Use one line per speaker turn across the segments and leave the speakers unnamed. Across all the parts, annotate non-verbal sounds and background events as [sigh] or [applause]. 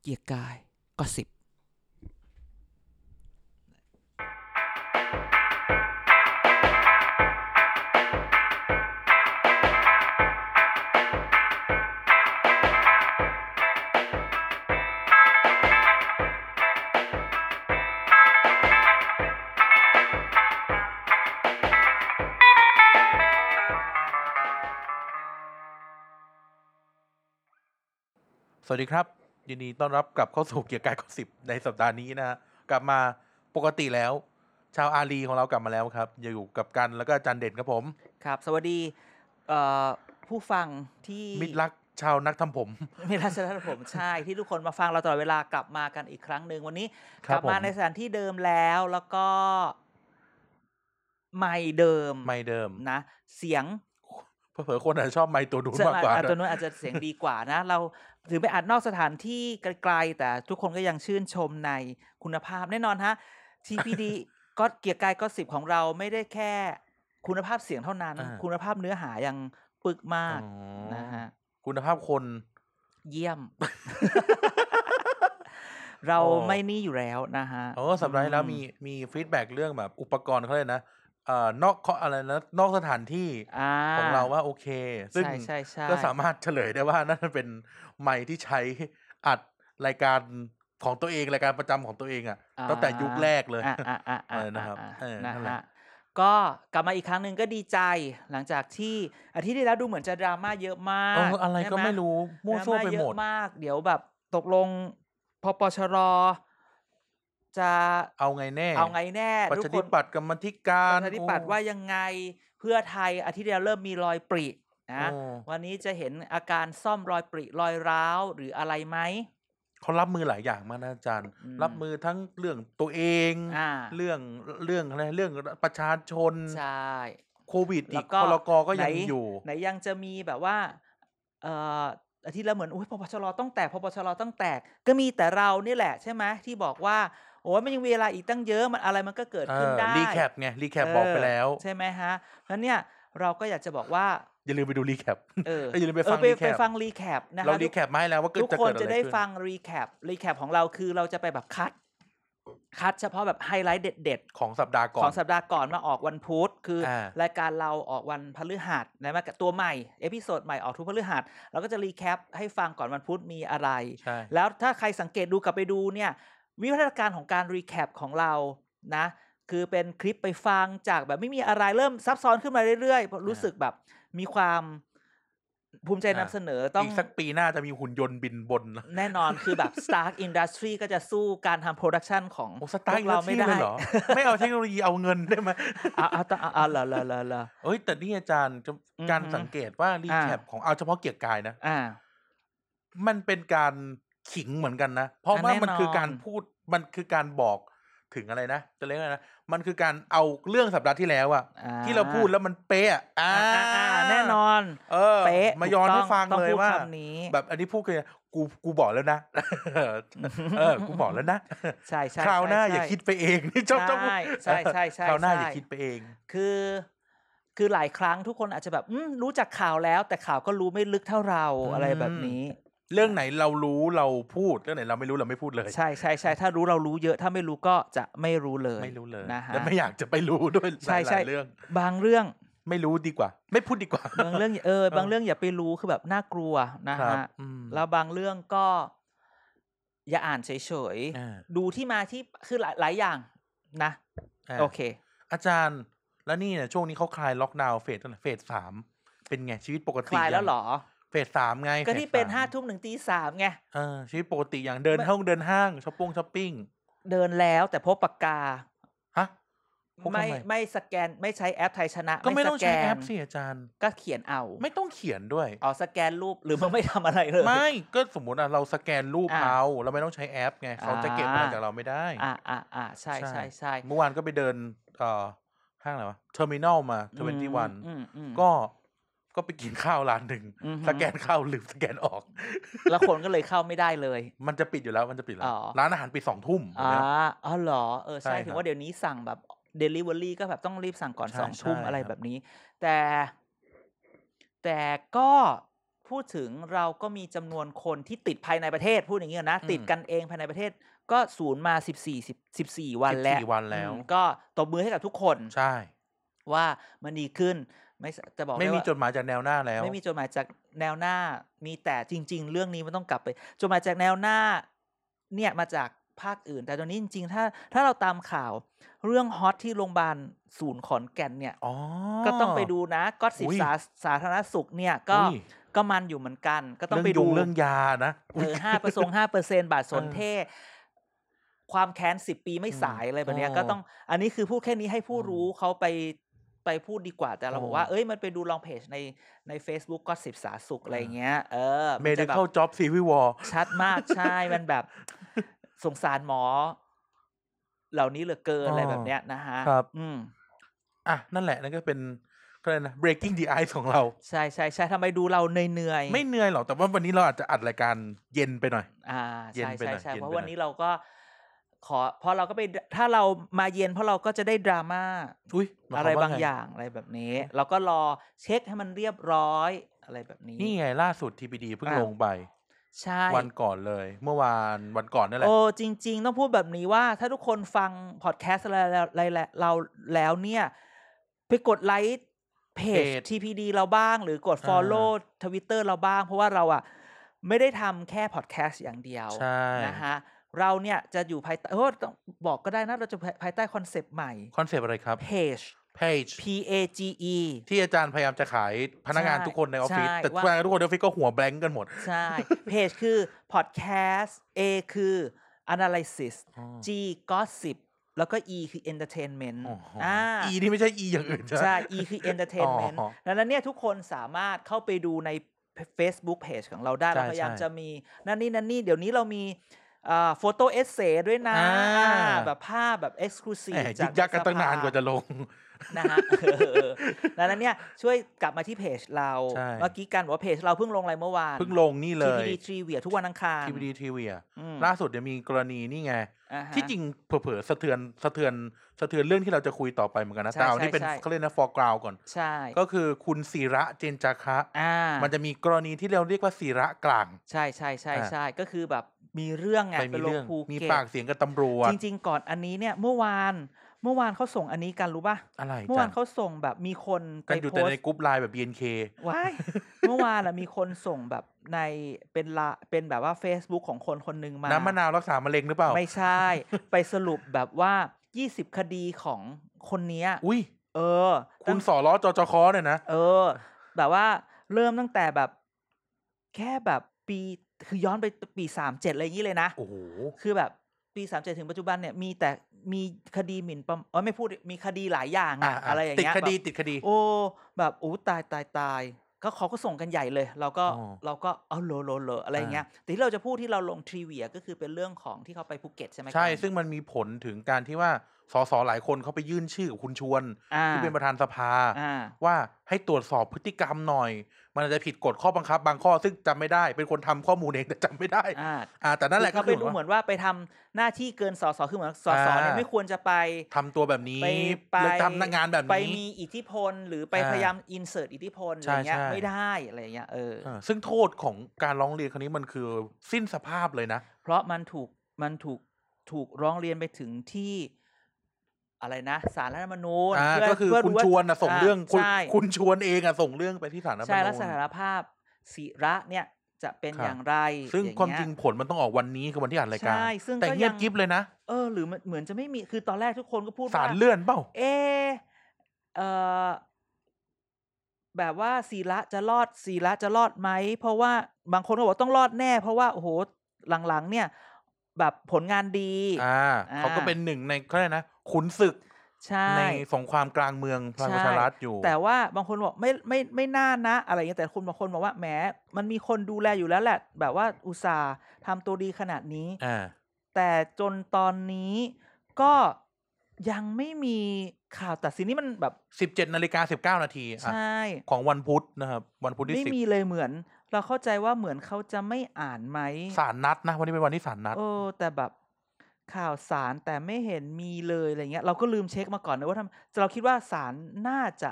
เกียร์กายก็สิบ
สวัสดีครับ ยินดีต้อนรับกลับเข้าสู่เกียร์กายข้อสิบในสัปดาห์นี้นะฮะกลับมาปกติแล้ว ชาวอารีของเรากลับมาแล้วครับ อยู่กับกันแล้วก็อาจันเด่นครับผม
ครับ สวัสดีเอ่อผู้ฟังที่
มิตรรักชาวนักทำผม
มิตรรักชนะผม [laughs] ใช่ที่ทุกคนมาฟังเราตลอดเวลากลับมากันอีกครั้งหนึ่งวันนี้
ค
กลั
รับ
บมา
ผม
ในสถานที่เดิมแล้วแล้วก็ไม่เดิม
ไม่เดิม
นะ เสียง
เผลอๆคนอาจจะชอบไม่ตัวดูน
เสียง
มากกว่า
อาจ
นะ
จะตัวนู้นอาจจะเสียงดีกว่านะ เราถือไปอัดนอกสถานที่ไกลๆแต่ทุกคนก็ยังชื่นชมในคุณภาพแน่นอนฮะ TPD ก็เกียร์กายก็สิบของเราไม่ได้แค่คุณภาพเสียงเท่านั้น
อ่า
คุณภาพเนื้อหายังปึกมาก
อ๋อ
นะฮะ
คุณภาพคน
เยี่ยม
[laughs]
เรา
โอ้
ไม่นี่อยู่แล้วนะฮะ
เออสัปดาห์ที่แล้วมีมีฟีดแบ็กเรื่องแบบอุปกรณ์เขาเลยนะเอ่อนอกข้ออะไรนะนอกสถานที่ของเราว่าโอเค ซึ่ง
ใช่ใช่ใช่
ก็สามารถเฉลยได้ว่านั่นเป็นไมค์ที่ใช้อัดรายการของตัวเองรายการประจำของตัวเองอะ
อ่า
ตั้งแต่ยุคแรกเลย
อ่ะอ่ะอ่ะ
เออนะครับ
อ่
เออนั่
นะ
นแหละ
ฮะก็กลับมาอีกครั้งหนึ่งก็ดีใจ หลังจากที่อาทิตย์ที่แล้วดูเหมือนจะดราม่าเยอะมาก
เอออะไร
ใช่
ก็
ห
ไม่รู้มั่วซั่วไป
ดราาเย
หมด
อะมาก เดี๋ยวแบบตกลงพปชรจะ
เอาไงแน่
เอาไงแน่
ประ
ทุก
ชา
ค
ธิ
น
ปัตย์กรรมธิการ
ประชาธิปัตย์
โอ้
ว่ายังไงเพื่อไทยอาทิตย์ที่แล้วเริ่มมีรอยปรินะ
โอ้
วันนี้จะเห็นอาการซ่อมรอยปริรอยร้าวหรืออะไรไหม
เขารับมือหลายอย่างมากนะอาจารย์
อืม
รับมือทั้งเรื่องตัวเอง
อ่า
เรื่องเรื่องอะไรเรื่องประชาชน
ใช่
โควิด
แล้
อี
ว
ก
ก็
พลกก็ยัง
ไหน
อยู่
ไหนยังจะมีแบบว่าเอ่ออาทิตย์ละเหมือนอุ้ยพปชรต้องแตกพปชรต้องแตก ก็มีแต่เรานี่แหละใช่ไหมที่บอกว่าโอ้ยมันยังมีเวลาอีกตั้งเยอะมันอะไรมันก็เกิดขึ้นได้
รีแคปไงรีแคปบอกไปแล้ว
ใช่ไหมฮะเพราะเนี่ยเราก็อยากจะบอกว่า
อย่าลืมไปดูรีแคป
เออ
เอออย่าลืมไป
เอ
ฟั
อง ไป
recap
ไปฟังรีแคปนะ
เรา
คะ
รีแคปมาให้แล้วว่าเกิด
ทุก
จะ
ค
เกิ
น
ดอะไร
จะได้
ขึ้น
ฟังรีแคปรีแคปของเราคือเราจะไปแบบคัด คัดเฉพาะแบบไฮไลท์เด็ดๆ
ของสัปดาห์ก่อ
ขอน งสัปดาห์ก่อนมาออกวันพุธคืออา รายการเราออกวันพฤหัสนะมาตัวใหม่เอพิโซดใหม่ออกทุกพฤหัสเราก็จะรีแคปให้ฟังก่อนวันพุธมีอะไร
ใช่
แล้วถ้าใครสังเกตดูกลับไปดูเนี่ยวิวัฒนาการของการรีแคปของเรานะคือเป็นคลิปไปฟังจากแบบไม่มีอะไรเริ่มซับซ้อนขึ้นมาเรื่อยๆเพราะรู้สึกแบบมีความภูมิใจนำเสนอต้อง
อีกสักปีหน้าจะมีหุ่นยนต์บินบนนะ
แน่นอนคือแบบ Stark Industry ก็จะสู้การทำโปรดักชันของ
โอ้สตาร์ท
พวกเรา
ไม่
ไม่
ได้
ได้ [laughs]
เหรอ ไม่เอาเทคโนโลยีเอาเงินได้ไหม
เอาเอาเอาเอาเหรอเหรอเหรอเหรอ
เอ้ย แต่นี่อาจารย์จะ
อือหือ
การสังเกตว่ารีแคป
อ่า
ของเอาเฉพาะเกียร์กายนะ
อ่า
มันเป็นการขิงเหมือนกันนะ เพราะ
อ่ะ
ว่า
แน่นอน
มันคือการพูดมันคือการบอกถึงอะไรนะ จะเรียกว่าอะไรนะ มันคือการเอาเรื่องสัปดาห์ที่แล้วอะ
อ่า
ที่เราพูดแล้วมันเป๊ะอะอ่า
อ่าอ่าอ่าแน่นอน
เออ
เป๊ะ
มาย้อน
ถูกต้
ให้ฟัง
ต้อ
เลย
พูด
ว่า
คำนี้
แบบอันนี้พูดกันกูกูบอกแล้วนะ [laughs] เออ กูบอกแล้วนะ
ใช่ใช่
คราวหน้า
ใช่
อย่า
ใช่
คิดไปเอง [laughs] นี่ชอบชอบพูด
ใช่ใช่ใช่ใช่
คราวหน้า
ใช่
อย่าคิดไปเอง
คือ คือหลายครั้งทุกคนอาจจะแบบอืมรู้จักข่าวแล้ว แต่ข่าวก็รู้ไม่ลึกเท่าเรา
อืม
อะไรแบบนี้
เรื่องไหนเรารู้เราพูดเรื่องไหนเราไม่รู้เราไม่พูดเลย
ใช่ใช่ใช่ถ้ารู้เรารู้เยอะถ้าไม่รู้ก็จะไม่รู้เลย
ไม่รู้เลย
นะฮะ
และไม่อยากจะไปรู้ด้วยห
ใช่
ลาย
ใช่
ๆเรื่อง
บางเรื่อง
ไม่รู้ดีกว่า ไม่พูดดีกว่า
บางเรื่อง
[laughs]
เออ
เออ
บางเรื่องอย่าไปรู้คือแบบน่ากลัวนะครับ ฮะ
อืม
แล้วบางเรื่องก็ อย่าอ่านเฉย
อ่า
ๆ ดูที่มาที่คือหลายหลายอย่างนะ
อ่ะ
โอเค
อาจารย์แล้วนี่เนี่ยช่วงนี้เขาคลายล็อกดาวน์เฟสตั้งแต่เฟสสามเป็นไงชีวิตปก
ค
ติ
ลายแล้วเหรอ
เฟสสามไง
ก็ที่เป็น
ฟสสม
ห้าทุ่มถึงตีสามไง
เออชีวิตปกติอย่างเดินห้องเดินห้างช้อปปิ้งช้อปปิ้ง
เดินแล้วแต่พกปากกา
ฮะ พกทำไม
ไม่ไม่สแกนไม่ใช้แอปไทยชนะ
ก็ไม่
ส
ต้อง
แก
ใช้
น
แอปสิอาจารย์
ก็เขียนเอา
ไม่ต้องเขียนด้วย
อ๋อสแกนรูปหรือมันไม่ทำอะไรเลย
ไม่ก็สมมติอ่ะเราสแกนรูป
อ่ะ
เอาเราไม่ต้องใช้แอปไงเขาจะเก็บอะไร
อ่า
จากเราไม่ได้
อ่าอ่าอ่าใช่ใช่ใช่
เมื่อวานก็ไปเดินเอ่อห้างอะไรวะเทอร์มินอลมาทเวนตี้วัน
อืมอืม
ก็ก็ไปกินข้าวร้านหนึ่ง
อือหือ
สแกนเข้าลืมสแกนออก
แล้วคนก็เลยเข้าไม่ได้เลย
มันจะปิดอยู่แล้วมันจะปิดแล้ว
อ๋อ
ร้านอาหารปิดสองทุ่ม
อ่า
นะ
อ๋อเหรอ เออ
ใช่
ใช่
ครับ
ถึงว่าเดี๋ยวนี้สั่งแบบ Delivery ก็แบบต้องรีบสั่งก่อน
ใช่
สองทุ่ม
ใช่
อะไร
ครับ
แบบนี้ แต่ แต่ก็ พูดถึงเราก็มีจำนวนคนที่ติดภายในประเทศพูดอย่างนี้ก่อนนะ
อืม
ติดกันเองภายในประเทศก็ศูนย์มา 14 10 14 วันแล้ว
14วันแล้ว
อืมก็ตบมือให้กับทุกคน
ใช่
ว่ามันดีขึ้นไม่สจะบอก
ไม่
ด้
มี
ว่า
จดหมายจากแนวหน้าแล้ว
ไม่มีจดหมายจากแนวหน้า มีแต่จริง ๆ เรื่องนี้มันต้องกลับไป จดหมายจากแนวหน้า เนี่ยมาจากภาคอื่น แต่ตอนนี้จริงๆ ถ้าถ้าเราตามข่าว เรื่องฮอตที่โรงพยาบาลศูนย์ขอนแก่นเนี่ย
อ๋อ
ก็ต้องไปดูนะ ก็สิบ
อุ๊ย
สาสาธารณสุขเนี่ยก็
อุ๊ย
ก็มันอยู่เหมือนกัน ก็ต้องไป
เรื่
ดู
ยุเรื่องยานะ
เอ
อุ๊ย
อห้าเปอร์เซ็นห้าเปอร์เซ็นบาทสน
เออ
เทความแค้นสิบปีไม่สาย
อืม
อะไรแบบเนี้ย
อ๋อ
ก็ต้อง อันนี้คือพูดแค่นี้ให้ผู้
อืม
รู้เขาไปไปพูดดีกว่า แต่เราบอก
โอ้
ว่า เอ้ยมันไปดูลองเพจในใน Facebook ก็สิบสาสุขอะไรเงี้ย เออ
เม
น
ดิ
จะแบบ
คอลจ็อบซีวิวอ
ชัดมาก ใช่ มันแบบสงสารหมอ เหล่านี้เหลือเกินอะไรแบบเนี้ยนะฮะ
ครับ
อืม
อ่ะ นั่นแหละ นั่นก็เป็นก็เลยกนะ breaking the ice ของเรา
ใช่ใช่ใช่ทำไมดูเราเหนื่อยๆ
ไม่เหนื่อยหรอก แต่ว่าวันนี้เราอาจจะอัดรายการเย็นไปหน่อย
อ่า
เย็น
ใช่
ไปห
ใช่
น่อย
ใช่
เย็น
เพราะ
ไปหน่อย
วันนี้เราก็ขอเพราะเราก็ไปถ้าเรามาเย็นเพราะเราก็จะได้ดราม่า
อุ้ยหมย
อะ
คว
ไร
มว่
บางอย่างอะไรแบบนี้ เราก็รอเช็คให้มันเรียบร้อยอะไรแบบนี้
นี่ไงล่าสุด TPD เพิ่ง
อ่ะ
ลงไป
ใช่
วันก่อนเลย เมื่อวานวันก่อนนั่นแหละ
โอ้จริง ๆ ต้องพูดแบบนี้ว่า ถ้าทุกคนฟังพอดแคสต์อะไรแล้วอะไรแล้วเราแล้วเนี่ย ไปกดไลค์เพจ
เพจ
TPD เราบ้างหรือกด Follow Twitter เราบ้าง เพราะว่าเราอะไม่ได้ทำแค่พอดแคสต์อย่างเดียว
ใช่
นะฮะเราเนี่ยจะอยู่ภายใต้เออต้องบอกก็ได้นะ เราจะภายใต้คอนเซปต์ใหม่
คอนเซปต์อะไรครับ
Page
page
P A G E
ที่อาจารย์พยายามจะขายพนักงาน
ใช่
ทุกคนในออฟฟิศ
ใช่
แต่
ว่า
พนักงานทุกคนในออฟฟิศก็หัวแบงก์กันหมด
ใช่ Page คือ Podcast A คือ Analysis
อ๋อ
G Gossip แล้วก็ E คือ Entertainment
โอ้โห
อ่า
อีนี่ไม่ใช่อีอย่างอื่นใช่ไหม
ใช่ E คือ Entertainment
อ๋อ
ดังนั้นเนี่ยทุกคนสามารถเข้าไปดูใน Facebook Page ของเราได้
ใช่
เราพยายาม
ใช่
จะมี นั่นนี่นั่นนี่เดี๋ยวนี้เรามีโฟโต้เอเซด้วยนะ
อ่า
อ่าแบบภาพแบบ Exclusive
แหม
จา
ยึ
ก
กยักกันตั้งนาน
สภ
กว่าจะลง
นะ [laughs] ฮะ เออดังนั้นเนี่ยช่วยกลับมาที่เพจเรา
ใช่
เมื่อกี้กันบอกว่าเพจเราเพิ่งลงอะไรเมื่อวาน
เพิ่งลงนี่เล
ที
ย
วีทรีเวียทุกวันอังคาร
TBD ทีวี
อืม
ล่าสุดเดี๋ยวมีกรณีนี่ไง
อ่าฮะ
ที่จริงเผลอๆสะเทือนสะเทือนสะเทือนเรื่องที่เราจะคุยต่อไปเหมือนกันนะ
ใช่
แต่เอา
ใช่
นี่เป็น
ใช่
เขาเรียกนะ foreground ก่อน
ใช่
ก็คือคุณศิระเจนจาคะ
อ่า
มันจะมีกรณีที่เราเรียกว่าศิระกลาง
ใช่ใช่ใช่
อ่า
ใช่ก็คือแบบมีเรื่องไง
ไป
ล
มี
ง
เรื่อง
ภู
มี
เก็
ปาก
ต
เสียงกับตำรวจ
จริง ๆ ก่อนอันนี้เนี่ยเมื่อวานเมื่อวานเขาส่งอันนี้กันรู้ป่ะ
อะไร
เมื่อ
จั
วาน
น
เขาส่งแบบมีคนไป
กันอยู่
โพ
แต่
ส
ใน
ต์
กรุ๊ปไลน์แบบ BNK
ว้าย เมื่อวานอะมีคนส่งแบบในเป็นละเป็นแบบว่า Facebook ของคนคนหนึ่งมา
น้ำมะนาวรักษามะเร็งหรือเปล่า
ไม่ใช่ ไปสรุปแบบว่า 20 คดีของคนเนี้ย
อุ้ย
เออ
คุ
ตั้
ณ
ง
สอล้อจอจอคอเนี่ยนะ
เออ แบบว่าเริ่มตั้งแต่แบบ แค่แบบปีคือย้อนไปปีสามเจ็ดอะไรอย่างนี้เลยนะ
โอ้โห
คือแบบปีสามเจ็ดถึงปัจจุบันเนี่ยมีแต่มีคดีหมิ่นประมาเออไม่พูดดิมีคดีหลายอย่าง
อ่า
อะอะไรอย่าง
ติด
เงี้ย
คดี
แบบ
ติดคดี
โอ้แบบโอ้ตายตายตายก็เขาก็ส่งกันใหญ่เลย เราก็
อ๋อ
เราก็เอาโลโลโลอะไรอย่างเงี้ยแต่ที่เราจะพูดที่เราลงทริเวียก็คือเป็นเรื่องของที่เขาไปภูเก็ตใช่ไหม
ใช่
กัน
ซึ่งมันมีผลถึงการที่ว่าสสหลายคนเขาไปยื่นชื่อกับคุณชวน
อ่า
ที่เป็นประธานสภา
อ่า
ว่าให้ตรวจสอบพฤติกรรมหน่อย มันอาจจะผิดกฎข้อบังคับบางข้อ ซึ่งจำไม่ได้ เป็นคนทำข้อมูลเองแต่จำไม่ได้
อ่า
อ่า แต่นั่นแหละ
คือเขาไป
ก็คือ
ดูเหมื
ว่า
อนว่าไปทำหน้าที่เกินสอสอคือเหมือนสอสอเนี่ย
อ่า
ไม่ควรจะไป
ทำตัวแบบนี้
ไปไป
หรือทำหน้างานแบบ
ไป
นี้
มีอิทธิพล หรือไป
อ่า
พยายามอินเสิร์ตอิทธิพลอะ
ใช่
ไรเงี้ย
ใช่
ไม่ได้อะไรเงี้ยเออ
เออซึ่งโทษของการร้องเรียนครั้งนี้มันคือสิ้นสภาพเลยนะ
เพราะมันถูกมันถูกถูกร้องเรียนไปถึงที่อะไรนะสารรัฐธรรมนูญ
อ่า
เพื่
ก็คือ
เพื่
คุณ
ดูา
ชวนน่ะส่งเรื่องคุณ
ใช่
คุณชวนเองอะส่งเรื่องไปที่ศาลรัฐธร
ใช่
รม
แล้ว
นู
ส
ญ
ถานภาพศิระเนี่ยจะเป็น
ครับ
อย่างไร
ซึ่ง
อย่
ความ
เย
จริงผลมันต้องออกวันนี้คือวันที่อ่านรายการ
ใช่ซึ่ง
แต่
ก็
เงียบ
ยัง
กริบเลยนะ
เออหรือมันเหมือนจะไม่มีคือตอนแรกทุกคนก็พูด
สา
ว่า
รเลื่อนเปล่า
เอะเออแบบว่าศีละจะรอดศีละจะรอดไหม เพราะว่าบางคนก็บอกต้องรอดแน่ เพราะว่า โอ้โห หลังๆ เนี่ย แบบผลงานดี
อ่า
อ่า
เขาก็เป็นหนึ่งในเขาเรียกนะขุนศึก
ใช่
ในสงครามกลางเมืองพลัง
ใช่
ประชารัฐอยู่
แต่ว่าบางคนบอกไม่ไม่ไม่น่านะ อะไรอย่างเงี้ยแต่คุณบางคนบอกว่าแหมมันมีคนดูแลอยู่แล้วแหละ แบบว่าอุตส่าห์ทำตัวดีขนาดนี้
อ่า
แต่จนตอนนี้ก็ยังไม่มีข่าวตัดสินนี่มันแบบ
สิบเจ็ดนาฬิกาสิบเก้านาทีอ่ะ
ใช่
ของวันพุธนะครับ วันพุธที่
ไม่
สิบ
มีเลยเหมือน เราเข้าใจว่าเหมือนเขาจะไม่อ่านไหม
สารนัดนะ วันนี้เป็นวันที่สารนัด
เออแต่แบบข่าวสารแต่ไม่เห็นมีเลยอะไรเงี้ย เราก็ลืมเช็คมาก่อนนะว่าทำเราคิดว่าสารน่าจะ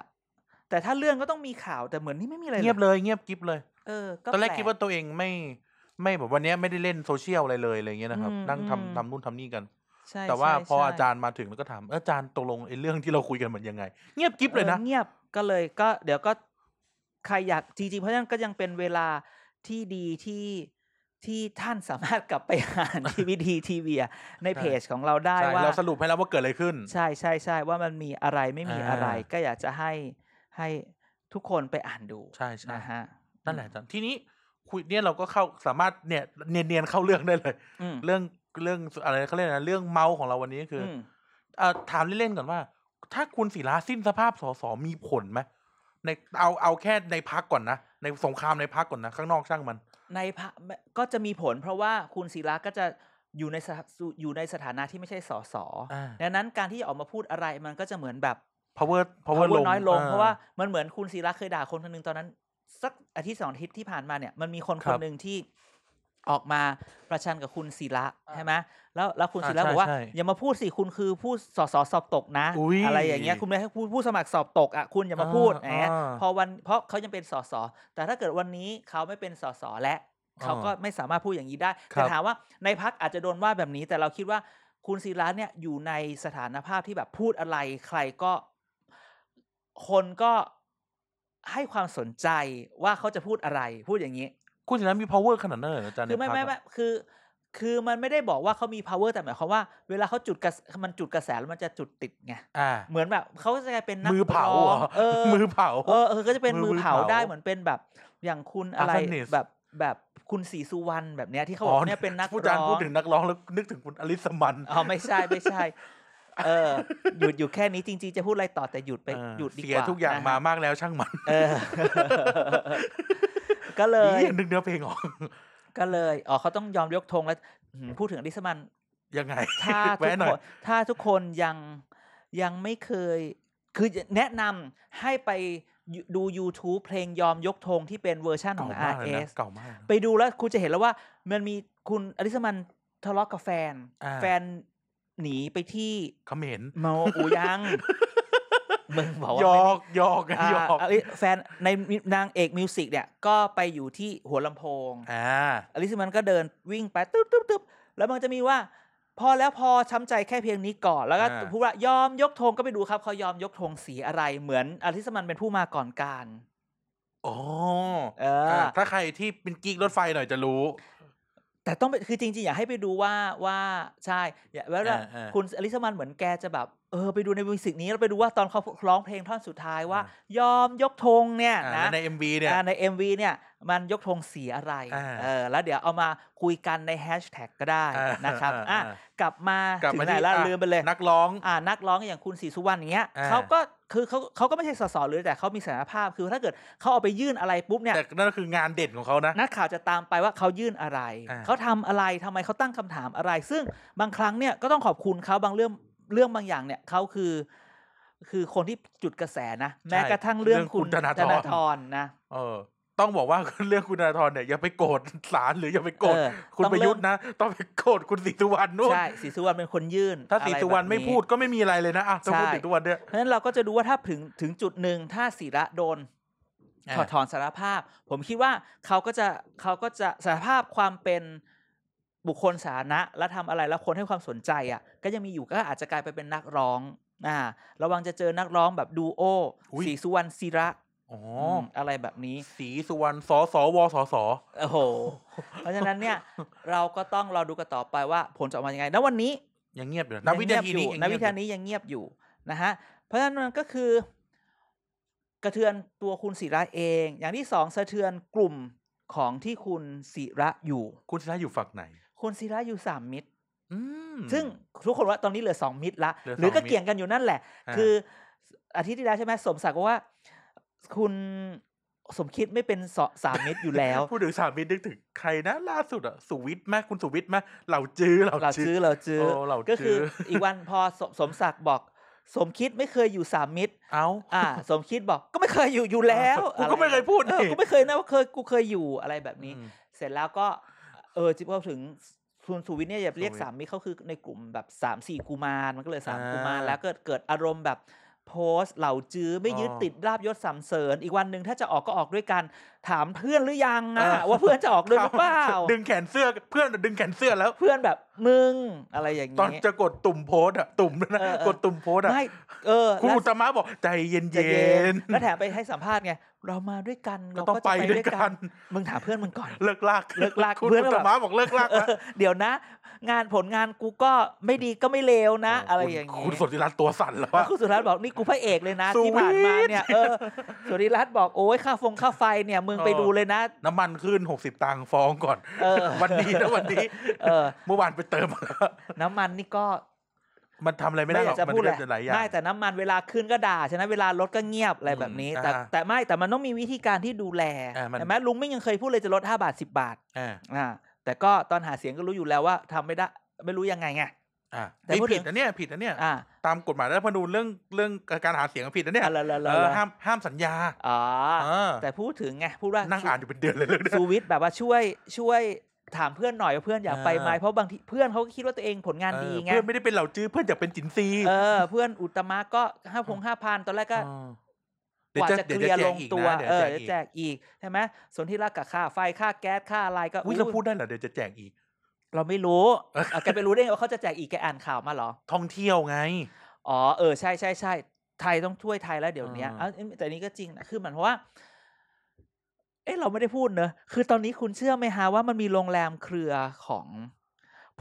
แต่ถ้าเลื่อนก็ต้องมีข่าวแต่เหมือนนี่ไม่มีอะไร
เงียบเลยเงียบกริบเลย
เออ
ตอนแรก
ปล
คิดว่าตัวเองไม่ไม่แบบวันเนี้ยไม่ได้เล่นโซเชียลอะไรเลยอะไรเงี้ยนะครับ
อืม
นั่ง
อื
ทำ
ม
ทำนู่นทำนี่กัน
ใช่
แต่ว่า
ใช่
พอ
ใช่
อาจารย์มาถึงแล้วก็ถามเอออาจารย์ตกลงไอ้เรื่องที่เราคุยกันมันยังไง เงียบกิ๊บเลยนะ
ออเงียบก็เลยก็ เดี๋ยวก็ใครอยากจริงๆเพราะฉะนั้นก็ยังเป็นเวลาที่ดีที่ที่ท่านสามารถกลับไปอ่าน [laughs] ทีวีดีทีวีใน
ใช่
เพจของเราได้
ใช่
ว่า
เราสรุปให้แล้วว่าเกิดอะไรขึ้น
ใช่ใช่ใช่ว่ามันมีอะไรไม่มีอะไร
อ่า
ก็อยากจะให้ให้ทุกคนไปอ่านดู
ใช่ใช่
นะฮะ
นั่นแหละอาจารย์ทีนี้คุยเนี่ยเราก็เข้าสามารถเนี่ยเนียนๆเข้าเรื่องได้เลย
อืม
เรื่องเรื่องอะไรเขาเรียกนะเรื่องเมาส์ของเราวันนี้คืออ
ม
เอ่อถามเล่นๆก่อนว่า ถ้าคุณศิลาสิ้นสภาพสสมีผลไหมในเอาเอาแค่ในพักก่อนนะ ในสงครามในพักก่อนนะข้างนอกช่างมัน
ในพระก็จะมีผล เพราะว่าคุณศิลาก็จะอยู่ในสถาอยู่ในสถานะที่ไม่ใช่สส
อ่า
ดังนั้นการที่ออกมาพูดอะไรมันก็จะเหมือนแบบ
power
พ
power ลง
น้อยลง
อ่
เพราะว่ามันเหมือนคุณศิระเคยด่าคนคนหนึ่งตอนนั้น สักอาทิตย์สองอาทิตย์ที่ผ่านมาเนี่ยมันมีคน
ค
ครับ นหนึ่งที่ออกมาประชันกับคุณศิระ
อ่า
ใช่ไหมแล้วแล้วคุณศิระ
อ่าใช่
บอกว่า
ใช่
อย่ามาพูดสิคุณคือผู้สอสอสอบตกนะ
อุ๊ย
ไรอย่างเงี้ยคุณไม่ให้ผู้ผู้สมัครสอบตกอ่ะคุณอย่ามาพูด
อ่า
แหม
อ่า
พอวันเพราะเขายังเป็นสอสอแต่ถ้าเกิดวันนี้เขาไม่เป็นสอสอและเขาก็ไม่สามารถพูดอย่างนี้ได้
ครั
แต่
บ
ถามว่าในพักอาจจะโดนว่าแบบนี้ แต่เราคิดว่าคุณศิระเนี่ยอยู่ในสถานภาพที่แบบพูดอะไรใครก็ คนก็ให้ความสนใจว่าเขาจะพูดอะไรพูดอย่างนี้
คุณศิลามี power ขนาดนั้นเลยเหรออาจารย์
คือไม่
ในพร
ไม่
รคอะ
ไม่คือ คือมันไม่ได้บอกว่าเขามี power แต่หมายความว่าเวลาเขาจุดกระแสมันจุดกระแสแล้วมันจะจุดติดไง
อ่า
เหมือนแบบเขาจะกลายเป็นนัก
มือเผา
ร้
เหรง อ
เออ
มือเผา
เออเออก็จะเป็นมื
มือ
อเผา
มือเผา
ได้เหมือนเป็นแบบอย่างคุณอะไร
Arsonist
แบบแบบคุณศรีสุวรรณแบบเนี้ยที่เขาบอกเนี่ยเป็นนัก
ผู้อาจาร
ร้
ย์
อ
พูด
ง
ถึงนักร้องแล้วนึกถึงคุณอลิสมัน
อ๋อไม่ใช่ไม่ใช่ เออหยุดอยู่แค่นี้จริงๆจะพูดอะไรต่อแต่หยุดไป
เออ
หยุดดีกว่า
เสียทุกอย่าง
นะฮะ
มามากแล้วช่างมัน
เอ [laughs] อ ก็เลย
นี่ยังนึกเนื้อเพลงออก [laughs]
ก็เลย อ๋อ เขาต้องยอมยกธงแล้วหืมพูดถึงอลิสมัน
ยังไง
ถ้าทุก
แวะหน่
ค
อย
นถ้าทุกคนยังยังไม่เคย คือแนะนำให้ไปดู YouTube เพลงยอมยกธงที่เป็นเวอร์ชั่นขอ
เก่า
ง
มาก
R
เลยนะ
S
เก่ามากเลยนะ
ไปดูแล้วคุณจะเห็นแล้วว่า มันมีคุณอลิสมันทะเลาะกับแฟน
อ่า
แฟนหนีไป
[laughs]
ที่
เขมร
เมาอูยัง มึงบอกว่า
หย
ไม่
อ
ได้
กหยอก
อ่า
หยอก
อลิแฟนในมินางเอกมิวสิกเนี่ย ก็ไปอยู่ที่หัวลำโพง
อ่า
อลิสมันก็เดินวิ่งไปตึ๊บตึ๊บตึ๊บแล้วมันจะมีว่า พอแล้วพอช้ำใจแค่เพียงนี้ก่อนแล้วก็
อ่า
พูดว่ายอมยกธงก็ไปดูครับเขายอมยกธงสีอะไรเหมือนอลิสมันเป็นผู้มาก่อนการ
โอ้
เอ
อ่า
อ
ถ้าใครที่เป็นกิ๊กรถไฟหน่อยจะรู้
แต่ต้องไปคือจริงๆ อยากให้ไปดูว่าว่าใช่อย่าแล้วแบบ
อ่าอ่า
คุณอลิสมันเหมือนแกจะแบบเออไปดูในมิวสิกนี้แล้วไปดูว่าตอนเขาร้องเพลงท่อนสุดท้ายว่า
อ่
ยอมยกธงเนี่ย
อ่า
นะ
แล้วในเอ็มบีเนี่ย
อ่าใน MV เนี่ยมันยกธงสีอะไร
อ่า
เออแล้วเดี๋ยวเอามาคุยกันในแฮชแท็กก็ได้
อ่าน
นะครับ
อ่า
อ่ะ
[laughs] อ่า
กลับมาก
ลับ
ถึง
มา
ไหน
ที่
ละ
อ่ะ
ลืมไปเลย
นักร้อง
อ่านักร้องอย่างคุณศรีสุวรรณอย่างเงี้ย
อ่า
เขาก็คือเขาเขาก็ไม่ใช่สสหรือแต่เขามีศักยภาพคือถ้าเกิดเขาเอาไปยื่นอะไรปุ๊บเนี่ย
แต่นั่นก็คืองานเด่นของเขานะ
[laughs] นักข่าวจะตามไปว่าเขายื่นอะไร
อ่า
เขาทำอะไรทำไมเขาตั้งคำถามอะไร ซึ่งบางครั้งเนี่ยก็ต้องขอบคุณเขาบางเรื่องเรื่องบางอย่างเนี่ยเขาคือ คือคนที่จุดกระแสนะ แม้กระทั่งเรื่องคุณธนาธรนะ
เออ ต้องบอกว่า เรื่องคุณธนาธรเนี่ยอย่าไปโกรธศาลหรืออย่าไปโกรธ
เออ
คุณ
ต้อง
ประ
เริ่ม
ยุทธ์นะ ต้องไปโกรธคุณศรีสุวรรณนู่น
ใช่ศรีสุวรรณเป็นคนยื่น
ถ้า
อะ
ศรี
แบบ
สุวรรณไม่
นี้
พูดก็ไม่มีอะไรเลยนะอ่ะต้องพูด
ใช่
ศรีสุวรรณเนี่ย
เพราะฉะนั้นเราก็จะดูว่าถ้าถึงถึงจุดหนึ่งถ้าศิระโดน
อ่า
ถอดถอนสารภาพ ผมคิดว่าเขาก็จะเขาก็จะสารภาพความเป็นบุคคลสาธารณะและทำอะไรแล้วคนให้ความสนใจอ่ะ ก็ยังมีอยู่ก็อาจจะกลายไปเป็นนักร้องอ่าระวังจะเจอนักร้องแบบดูโออย ศรีสุวรรณศิระ
อ๋อ
มอะไรแบบนี้
ศรีสุวรรณสสวสส
โอ้โห เพราะฉะนั้นเนี่ย เราก็ต้องรอดูกันต่อไปว่าผลจะออกมายังไงณวันนี้
ยังเงียบอยู่นะนับวินาทีนี้
ยังเงียบอยู่ณวิ
ยังเงียบอ
นา
ยู่
ทีนี้ยังเงียบอยู่นะฮะ เพราะฉะนั้นมันก็คือ กระเทือนตัวคุณศิระเอง อย่างที่สองสะเทือนกลุ่มของที่คุณศิระอยู่
คุณศิระอยู่ฝั่งไหน
คุณศิระอยู่สามมิตร
อืม
ซึ่งทุกคนว่าตอนนี้เหลือสองมิตรละ
เหลือสอง
หรือก็
มิตร
เกี่ยงกันอยู่นั่นแหละ
อ่า
คือ อาทิตย์ที่แล้วใช่ไหมสมศักดิ์บอกว่า คุณสมคิดไม่เป็นสสามมิตรอยู่แล้ว
พูดถึงสามมิตรนึกถึงใครนะล่าสุดอะสุวิทย์ไหมคุณสุวิทย์ไหมเหล่าจื้อเห
เรา
ล่าจื้
จื้
อ
อเราจื้อ
โอ้เราจื้อ
ก็คือ อีกวันพอสสมศักดิ์บอก สมคิดไม่เคยอยู่สามมิตร
เอ้า
อ่า สมคิดบอกก็ไม่เคยอยู่อยู่แล้ว
กูก็
อะร
ไม่เคยพูด
ออ
นี่
กูไม่เคยนะว่าเคยกูเคยอยู่อะไรแบบนี้
อืม
เสร็จแล้วก็เออจิบเขาถึงคุณสุวิทย์เนี่ยอย่าเรียก
สุวิทย์
สามมิตรเขาคือในกลุ่มแบบสามสี่กุมารมันก็เลยสาม
อ่า
กุมารแล้วเกิดเกิดอารมณ์แบบ โพสต์เหล่าจื้อไม่ยึดติดลาบยศสำเสริญ อีกวันหนึ่งถ้าจะออกก็ออกด้วยกัน ถามเพื่อนหรือยังอะ
เออ
ว่าเพื่อนจะออกด้วยหรือเปล่า
ดึงแขนเสื้อเพื่อนดึงแขนเสื้อแล้ว
เพื่อนแบบมึงอะไรอย่าง
ตอน
นี้
จะกดตุ่มโพสต์อะตุ่มด้วยนะ
เออเออ
กดตุ่มโพสต์อะ
ไม่เออ
คุณ
แล้ว
อุตมะบอกใจเย็น
ใจเย
เย็
็น
น
แล้วแถมไปให้สัมภาษณ์ไงเรามาด้วยกัน
ก็
เรา
ต้อง
ก็จะ
ไป
ไป
ด้
ด้
ว
วย ย
กั
กัน น มึงถามเพื่อนมึงก่อน
เลิกลาก
เลิกลาก
คุณ
เพื่อน
อุ
ก็
ต
แบบ
มะบอกเลิกลาก
เอ
นะ
อเดี๋ยวนะ งานผลงานกูก็ไม่ดีก็ไม่เลว [laughs] นะ อะไรอย่าง
นี้
นี้
คุณสนธิรัตน์ตัวสั่นแล้ว
แล้ว
ว่า
คุณสุรัตน์บอกนี่กูพระเอกเลยนะ
สวีท
ที่ผ่านมาเนี่ยเออสุริรัตน์บอกโอ้ยค่าฟงค่าไฟเนี่ยมึง
เออ
ไปดูเลยนะ
น้ำมันขึ้นหกสิบตังค์ฟ้องก่อน
เออ
วันนี้นะวันนี้
เออ
เมื่อวานไปเติมมาแล้ว
น้ำมันนี่ก็
มันทำอะไรไม่ได้หรอก
จะ
มัน
พูดแห
ก็
ละ
จะหลายอย่าง
ไม่แต่น้ำมันเวลาขึ้นก็ด่าฉะนั้นเวลาลดก็เงียบอะไรแบบนี้
อืม
แต่
อ่า
แต่ไม่แต่มันต้องมีวิธีการที่ดูแล
อ่ามัน
ใช่ไหมลุงไม่ยังเคยพูดเลยจะลด 5 บาท 10 บาท
อ่า
อ่าแต่ก็ตอนหาเสียงก็รู้อยู่แล้วว่าทำไม่ได้ไม่รู้ยังไงไง
อ่า
แต่
นี่
พูดถึง
ผิดนะเนี่ยผิดนะเนี่ย
อ่า
ตามกฎหมายรัฐธรรมนูญเรื่องเรื่องการหาเสียงผิดนะเนี่ย
อะไรอะไร
เออห้ามห้ามสัญญา
อ๋อ
เออ
แต่พูดถึงไงพูดว่า
นั่ง [laughs] อ่านอยู่เป็นเดือนเลยเรื่องเนี้ย
ซูวิทย์แบบว่าช่วยช่วยถามเพื่อนหน่อยว่าเพื่อนอยากไปไหม
เออ
เพราะบางทีเพื่อนเขาก็คิดว่าตัวเองผลงานดีไง
เออเพื่อนไม่ได้เป็นเหล่าจื้อเพื่อนอยากเป็นจินซี
เออเพื่อนอุตมะก็ห้าพงห้าพันตอนแรกก็
เออก
ว่าจะเคลียร์ลงตัว
เดี๋ยว
เออ
จะ
เดี๋ยว
แจ
แจ
ก
กอีกใช่ไหมสนที่รักกับค่าไฟค่าแก๊สค่าอะไรก็
อุ้
อุ๊
ย
ย
เราพูดได้เหรอเดี๋ยวจะแจกอีก
เราไม่
[laughs]
รู้อ่ะแกไปรู้ได้ไงว่าเขาจะแจกอีกแกอ่านข่าวมาเหรอ
ท่องเที่ยวไง
อ๋อเออใช่ใช่ใช่ไทยต้องช่วยไทยแล้วเดี๋ยวเนี้ย
เออ
เอ้าแต่นี้ก็จริงนะคือเหมือนว่า เอ้เราไม่ได้พูดเนอะคือตอนนี้คุณเชื่อไหมฮะว่ามันมีโรงแรมเครือของ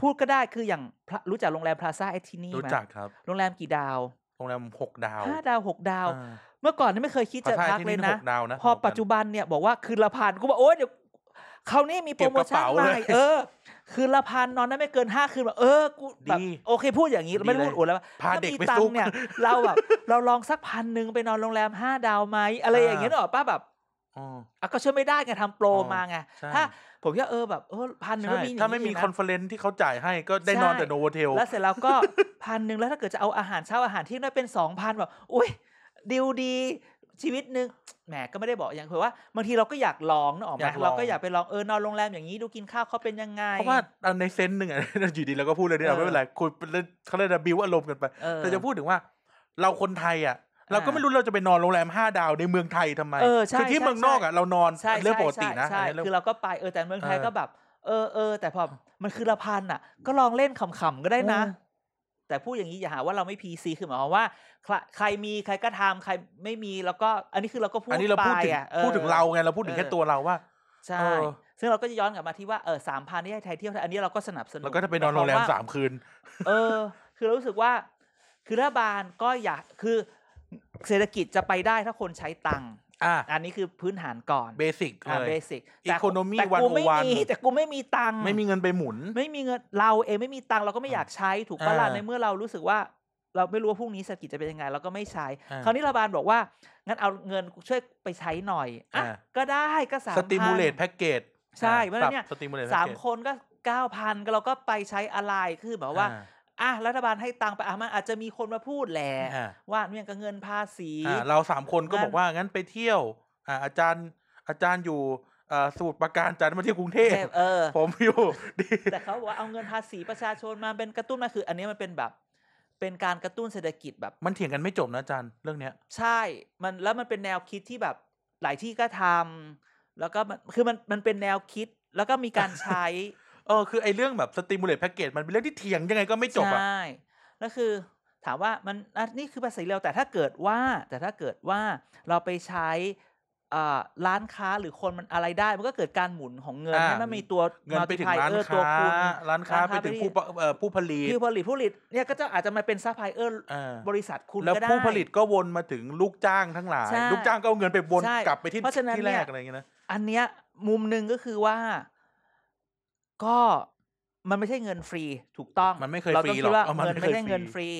พูดก็ได้คืออย่างพระรู้จักโรงแรมพลาซ่าไอทีนี่
รู้
ไหม
จักครับ
โรงแรมกี่ดาว
โรงแรมหกดาว
ห้าดาวหกดาว
อ่า
เมื่อก่อนนี่ไม่เคยคิดจะ
พระธ
พัก
ตุที่
เลย
ห
นะ
กดาวนะ
พอ
ขงกัน
ปัจจุบันเนี่ยบอกว่าคืนละพันกูบอกโอ๊ยเดี๋ยวคราวนี้มีโปรโมชั่น
เก็บกระเป๋า
ใหม่
เลย
เออ คืนละพันนอนได้ไม่เกินห้าคืนแบบเออกูแบบ
ดี
โอเคพูดอย่างนี้
ดี
ไม่ได้พูด
เลย
โอวดแล้วว่
พา
ถ้
เด็ก
มี
ไป
ตั
ซุ
ง
ก
ค์
[laughs]
เนี่ย เราแบบ เราลองสักพันหนึ่งไปนอนโรงแรมห้าดาวไหมอะไรอย่างเงี้ย
อ่า
หรอกป้าแบบ
อ๋อ
อ่ะก็ช่วยไม่ได้ไงทำโปร
อ๋อ
มาไง
ใช่
ถ้าผมก็เออแบบเออพันหนึ่ง
ใช่
ก็มีอย่ง
ถ้าไม่มี
นี้ะ
คอนเฟอเรนซ์ที่เขาจ่ายให้ก็ได้นอน
ใช่
แต่โนโวเทล
แล้วเสร็จแล้วก็ [laughs] พันหนึ่งแล้วถ้าเกิดจะเอาอาหารเช้าอาหารเที่ยงได้เป็นสองพันแบบอุ้ยดีลดีชีวิตหนึ่งแหมก็ไม่ได้บอกอย่างเผื่อว่าบางทีเราก็อยากลองนะออกไห
อ
ม
ยากลอง
เราก็อยากไปลองเออนอนโรงแรมอย่างนี้ดูกินข้าวเขาเป็นยังไง
เพราะว่าเอาในเซนส์หนึ่งอะ [laughs] อยู่ดีเราก็พูดเลยเนี่ยเอา
เออ
ไม่เป็นไรคุณเป็นเขาเลยกนะบิวอารมณ์กันไป
เออ
แต่จะพูดถึงว่า เราคนไทยอ่ะ เราก็
อ่า
ไม่รู้เราจะไปนอนโรงแรมห้าดาวในเมืองไทยทำไม
เออใช่
คือที่
ใช่
เมืองนอกอ่ะ
ใช่
เรานอน
ใช่
เรื่องปกตินะ
ใช่
อัน
ใช่
นี้เรื่อง
คือเราก็ไปเออแต่เมืองไทย
เออ
ก็แบบ เออเออแต่พอมันคือละพันอ่ะ ก็ลองเล่นขำๆก็ได้นะ
อืม
แต่พูดอย่างนี้อย่าหาว่าเราไม่พีซีคือหมายความว่าใครใครมีใครก็ทำใครไม่มีแล้วก็อันนี้คือเราก็พูด
อันนี้เราพูดถึง
ไปอะออ
พูดถึงเราไงเราพูดถึง
เออ
แค่ตัวเราว่า
ใช่
เออ
ซึ่งเราก็จะย้อนกลับมาที่ว่า เออสามพันที่ให้ไทยเที่ยวไทยอันนี้เราก็สนับสนุน
เราก็จะไปนอนโรงแรม
ยควว่
สามคืน
เออ คือเรารู้สึกว่า คือรัฐบาลก็อยาก คือเศรษฐกิจจะไปได้ถ้าคนใช้ตังค์
อ่ะ
อันนี้คือพื้นฐานก่อน
เบสิก
อ่า
เล
เบ
ย
สิก
Economy
แต่กูไม่
101
มีแต่กูไม่มีตังค์
ไม่มีเงินไปหมุน
ไม่มีเงินเราเองไม่มีตังค์เราก็ไม่อยากใช้ถูกปะล่ะ
อ่า
ในเมื่อเรารู้สึกว่า เราไม่รู้ว่าพรุ่งนี้เศรษฐกิจจะเป็นยังไงเราก็ไม่ใช้
อ่า
คราวนี้รัฐบาลบอกว่างั้นเอาเงินช่วยไปใช้หน่อยอ่ะ
อ่า
ก็ได้ก็สาม
ส
พัน
ติมูลเลตแพ็กเกจ
ใช่เพราะฉะนั้นเนี่ย
สติมูลเลต
สามคนก็เก้าพันก็เราก็ไปใช้อะไรคือแบบว่าอ่ะรัฐบาลให้ตังค์ไปอ่ะมันอาจจะมีคนมาพูดแหละว่าเนี่ยก็เงินภาษี
เราสามคนก็
งั้น
บอกว่างั้นไปเที่ยว อ่าอาจารย์อาจารย์อยู่อ่าสมุทรปราการอาจารย์มาเที่ยวกรุงเทพ
เออ
[laughs] ผมอยู่ดี
แต่เขาบอกว่าเอาเงินภาษีประชาชนมาเป็นกระตุ้นมาคือ อันนี้มันเป็นแบบ เป็นการกระตุ้นเศรษฐกิจแบบ
มันเถียงกันไม่จบนะอาจารย์เรื่องเนี้ย
ใช่ มันแล้วมันเป็นแนวคิดที่แบบหลายที่ก็ทำแล้วก็มันคือมันมันเป็นแนวคิดแล้วก็มีการใช้
เออคือไอ้เรื่องแบบสติมูลเลตแพ็กเกจมันเป็นเรื่องที่เถียงยังไงก็ไม่จบอ่ะ
ใช่แล้วคือถามว่ามันอ่ะนี่คือภาษีเร็วแต่ถ้าเกิดว่า แต่ถ้าเกิดว่าเราไปใช้อ่าร้านค้าหรือคนมันอะไรได้ มันก็เกิดการหมุนของเงิน
อ่า
ให้มันมีตัว
เงินไปถึงร้าน
เออตั
ค้าว
คุณ
ร้านค้า
ร้าน
ไป
ค้า
ถึง
ไปที่
ผู้ปะเอ่อผู้ผลิต
ผู้ผลิตผู้ผลิตเนี่ยก็จะอาจจะมาเป็นซัพพลายเออร์
อ่า
บริษัทคุณ
แล้ว
ก็ได้
ผู้ผลิตก็วนมาถึงลูกจ้างทั้งหลาย
ใช่
ลูกจ้างก็เอาเงินไปวน
ใช่
กลับไปที่
เพราะฉะนั้น
ที่แร
เนี่
ก
ย
อะไรอย่างเงี้ยนะ
อันเนี้ยมุมหนึ่งก็คือว่าก็มันไม่ใช่เงินฟรีถูกต้อง
มันไม่เคย
เราต้อง
ฟรี
คิด
หรอก
ว่า
เอามัน
เงินไม่
ไม่เคย
ใช่เงิน
ฟ
ฟ
รี
รี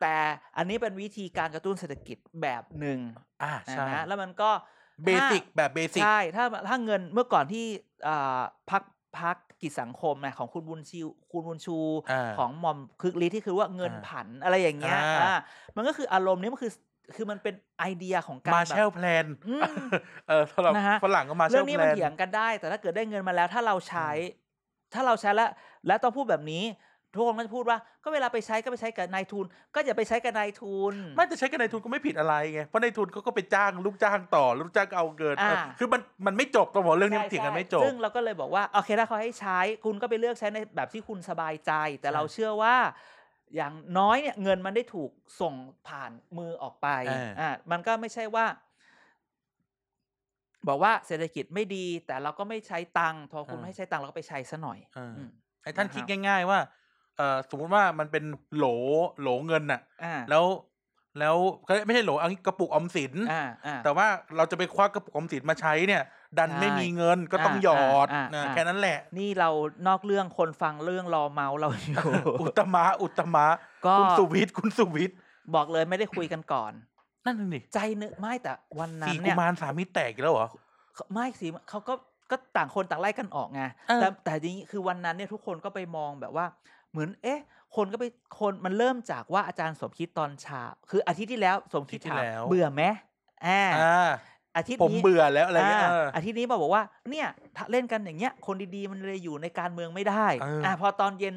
แต่อันนี้เป็นวิธีการกระตุ้นเศรษฐกิจแบบหนึ่ง
อ่า
นะ
ใช่
ฮะแล้วมันก็
เบสิกแบบเบสิก
ใช่ ถ้าถ้าเงินเมื่อก่อนที่อ่าพักพักกิจสังคมนะของคุณบุญชิวคุณบุญชู
อ่า
ของหม่อมคึกฤทธิ์ที่คือว่าเงิน
อ่า
ผันอะไรอย่างเงี้ย
อ่า
อ่ามันก็คืออารมณ์นี้มันคือคือมันเป็นไอเดียของการ
มา
แบ
แช
บ
ลแพลน
อืม
เออสำหรับ
นะฮะ
ฝรั่ง [laughs] ก็มาแช
เรื่อ
ล
ง
แพ
นี้
ล
มัน
น
เถียงกันได้ แต่ถ้าเกิดได้เงินมาแล้วถ้าเราใช้ ถ้าเราใช้แล้ว และต้องพูดแบบนี้ ทุกคนก็จะพูดว่าก็เวลาไปใช้ก็ไปใช้กับนายทุน ก็อย่าไปใช้กับนายทุน
ไม่จะใช้กันในทุนก็ไม่ผิดอะไรไง เพราะในทุนเขาก็ไปจ้างลูกจ้างต่อลูกจ้างก็เอาเกิน
อ่า
เออคือมันมันไม่จบตรงหัวเรื่องนี้
ใช่
มันเถียงกัน
ใช่
ไม่จบ
ซึ่งเราก็เลยบอกว่าโอเคถ้าเขาให้ใช้คุณก็ไปเลือกใช้ในแบบที่คุณสบายใจ แต่
ใช่
เราเชื่อว่าอย่างน้อยเนี่ยเงินมันได้ถูกส่งผ่านมือออกไปอ่ามันก็ไม่ใช่ว่า บอกว่าเศรษฐกิจไม่ดี แต่เราก็ไม่ใช้ตังค์พอคุณให้ใช้ตังค์เราก็ไปใช้ซะหน่อย
เออ
อืม
ให้ท่าน
นะครับ
คิดง่าย ๆ ว่าเออสมมติว่ามันเป็นโหลโหลเงินน่ะ
อ่า
แล้วแล้วก็ไม่ใช่โหลเอางี้กระปุกออมสิน
อ่าอ่า
แต่ว่าเราจะไปควักกระปุกออมสินมาใช้เนี่ย ดันไม่
ใช่
มีเงินก็ต้อง
อ่า
หยอด
อ่า
นะ
อ่า
แค่นั้นแหละ
นี่เรานอกเรื่องคนฟังเรื่องรอเมาส์เราอยู่
อุตมะอุตมะ
ก็
คุณสุวิทย์คุณสุวิทย์
บอกเลยไม่ได้คุยกันก่อน
นั่นนี่
ใจนึกไม่แต่วันนั้
สี
น
กุ
เนี่ย
มารสามีแตกอีกแล้วเหรอ
เขาไม่สิเขาก็ก็ต่างคนต่างไล่กันออกไง
เออ
แต่แต่จริงๆคือวันนั้นเนี่ยทุกคนก็ไปมองแบบว่า เหมือน เอ๊ะ คนก็ไปคนมันเริ่มจากว่าอาจารย์สมคิดตอนเช้าคืออาทิตย์ที่แล้วสมคิดถามเบื่อไหมอ่า
อ่า
อาทิตย์
ผม
นี้
เบื่อแล้วอะไรเงี้ย
า
เอออ
ทิตย์นี้มาบอกว่าเนี่ยถ้าเล่นกันอย่างเงี้ย คนดีๆมันเลยอยู่ในการเมืองไม่ได้
เอออ่
่าพอตอนเย็น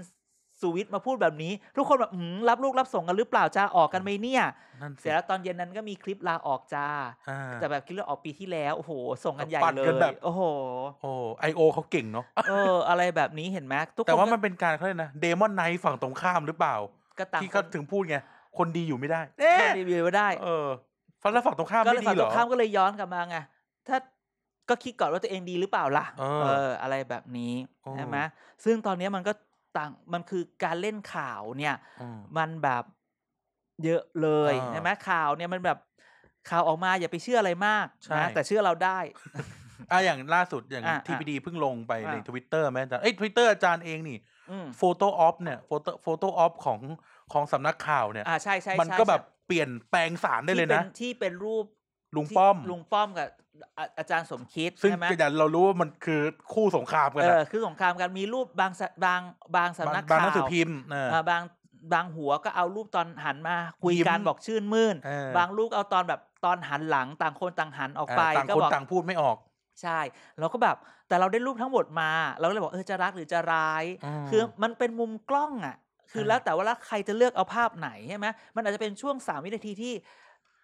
สุวิทย์มาพูดแบบนี้ ทุกคนแบบอืมรับลูกรับส่งกันหรือเปล่าจะออกกันไหมเนี่ย
นั่น
เส
สิ
ร็จแล้วตอนเย็นนั้นก็มีคลิปลาออกจ้า
อ่า
แต่แบบคิดเลือกออกปีที่แล้ว โอ้โห ส่งกันใหญ่
ปั่น
เล
กัน
ย
แบบ
โอ้โห
โอ้ไอโอเขาเก่งเนาะ
เอ
[laughs]
อ อะไรแบบนี้เห็นไหมทุกคน
แต่ว่า
ก็
มันเป็นการเขาเรียกนะเดมอนไนท์ฝั่งตรงข้ามหรือเปล่า
ก็ต่าง
ที่เขาถึงพูดไง คนดีอยู่ไม่ได้
เอ๊
เอ๊ะ
รีวิวไม่ได้
เออฝั่งแล้วฝั่งตรงข้าม
ก็
ไม่
เลย
ดี
ฝั่ง
เห
ต
ร
ร
อ
งข้ามก็เลยย้อนกลับมาไง ถ้าก็คิดก่อนว่าตัวเองดีหรือเปล่าล่ะ
เออ
เออ อะไรแบบนี้
โอ้
ใช่ไหมซึ่งตอนเนี้ยมันก็ต่าง มันคือการเล่นข่าวเนี่ย
อืม
มันแบบเยอะเลย
อ่า
ใช่ไหมข่าวเนี่ยมันแบบข่าวออกมาอย่าไปเชื่ออะไรมาก
ใช่
นะแต่เชื่อเราได้
อ่ะอย่างล่าสุดอย่าง
อ่ะ
ทีพีดีเพิ่งลงไปใน
อ่ะ
ทวิตเตอร์ไหมอาจารย์เอ้ยทวิตเตอร์อาจารย์เองนี่
อืม
โฟโต้ออฟเนี่ยโฟโต้โฟโต้ออฟของของสำนักข่าวเนี่ย
อ่าใช่ใช่ใช่
มันก็แบบ
ใช่
เปลี่ยนแปลงสารได้เลย
ที่ป็
นะ
ที่เป็นรูป
ลุง
ที่
ป้อม
ลุงป้อมกับอาอาจารย์สมคิด
ซึ่ง
ใช่ไหม
อย่างเรารู้ว่ามันคือคู่สงครามกัน
เอ
นะ
อคือสงครามกันมีรูปบางสบางบางสำนัก
บาง
ข่า
หนังสือ
ว
พิมพ์นะ
อ่าบางบางหัวก็เอารูปตอนหันมาคุย
ยิ้ม
กันบอกชื่นมื่น
เออ
บางรูปเอาตอนแบบตอนหันหลังต่างคนต่างหันออกไป
อ่ะต่าง
ก็
คน
บอก
ต่างพูดไม่ออก
ใช่เราก็แบบแต่เราได้รูปทั้งหมดมา เราก็เลยบอกเออจะรักหรือจะร้าย
ม
คือมันเป็นมุมกล้องอ่ะ คือ
เออ
แล้วแต่ว่าแล้วใครจะเลือกเอาภาพไหนใช่ไหมมันอาจจะเป็นช่วงสามวินาทีที่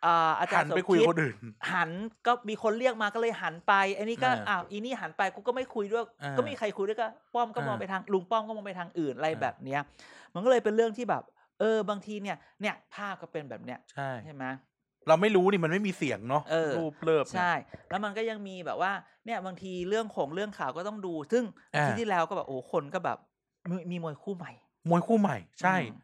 อ่าอาจาร
หั
ย์
น
สม
ไปคุย
คิด
คนอื่น
หันก็มีคนเรียกมาก็เลยหันไปไอ้นี่ก็
เอออ้
อ้าวอีนี่หันไปกูก็ไม่คุยด้วย
เออ
ก็ไม่มีใครคุยด้วยก็ป้อมก็มอง
เออ
ไปทางลุงป้อมก็มองไปทางอื่นอะไร
เออ
แบบเนี้ย มันก็เลยเป็นเรื่องที่แบบ เออบางทีเนี่ย เนี่ยภาพก็เป็นแบบเนี้ย
ใช่
ใช่ไหม
เราไม่รู้นี่มันไม่มีเสียงเนาะ
เออ
รูปเลิบเนี่ย
ใช่ แล้วมันก็ยังมีแบบว่า เนี่ยบางทีเรื่องของเรื่องข่าวก็ต้องดู ซึ่ง
อ่า
ที่ที่แล้วก็แบบโอ้คนก็แบบมีมีมวยคู่ใหม่
มวยคู่ใหม่ ใช่
อืม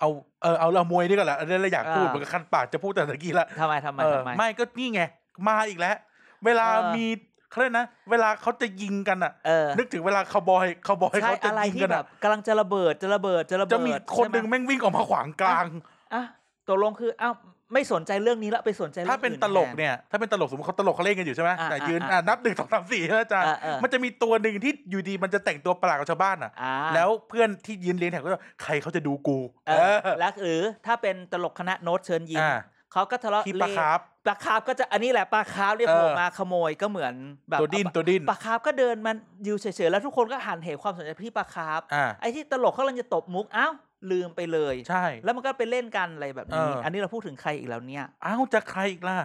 เอาเออเอาเรามวยดีกว่าละอันนี้เราอยากพูด
อ่า
เหมือนกับคันปากจะพูดแต่ตะกี้ละ
ทำไมทำไม
เออ
ทำไม
ไม่ก็นี่ไง มาอีกแล้ว เวลา
เออ
มีเขาเรียกนะ เวลาเขาจะยิงกันอ่ะ
เออ
นึกถึงเวลาคาวบอยคาวบอย
ใช่
เขาจะ
อะไร
ยิง
ที่
กัน
แบ
อะ
บกำลังจะระเบิดจะระเบิดจะระเบิด
จะมีคน
ใช่ไห
นึ่งแม่งวิ่งออกมาขวางกลาง
อ่ะตกลงคืออ้าวไม่สนใจเรื่องนี้แล้วไปสนใจรื่อง
ถ้าเป็น
อื่
ตลก
แท
เนี่ย ถ้าเป็นตลกสมมติเขาตลกเขาเล่นกันอยู่ใช่ไหม
อ่า
แต่ยืน
อ่า
อ่ะนับหนึ่งสองสามสี่ใช่ไหมอาจารย์
เออเออ
มันจะมีตัวหนึ่งที่อยู่ดีมันจะแต่งตัวประหลาดกับชาวบ้านอ่ะ
อ่า
แล้วเพื่อนที่ยืนเลี้ยงแถวก็จะใครเขาจะดูกู
เออ
เออ
และหรือถ้าเป็นตลกคณะโน้ตเชิญยิ้ม
อ่า
เขาก็ทะเลาะ
ที่ปลา
เล่
คาร์ฟ
ปลาคาร์ฟก็จะอันนี้แหละปลาคาร์ฟเรียก
เออ
ผมมาขโมยก็เหมือนแบบ
ตัวดิ้น
เอา
ตัวดิ้น
ปลาคาร์ฟก็เดินมันอยู่เฉยๆแล้วทุกคนก็หันเหความสนใจไปที่ปลาคาร์ฟ
อ่า
ไอ้ที่ตลกเขากำลังจะตบมุกอ้าวลืมไปเลย
ใช่
แล้วมันก็ไปเล่นกันอะไรแบบนี้
เอออั
อันนี้เราพูดถึงใครอีกแล้วเนี่ย
อ้าวจะใครอีกล่ะ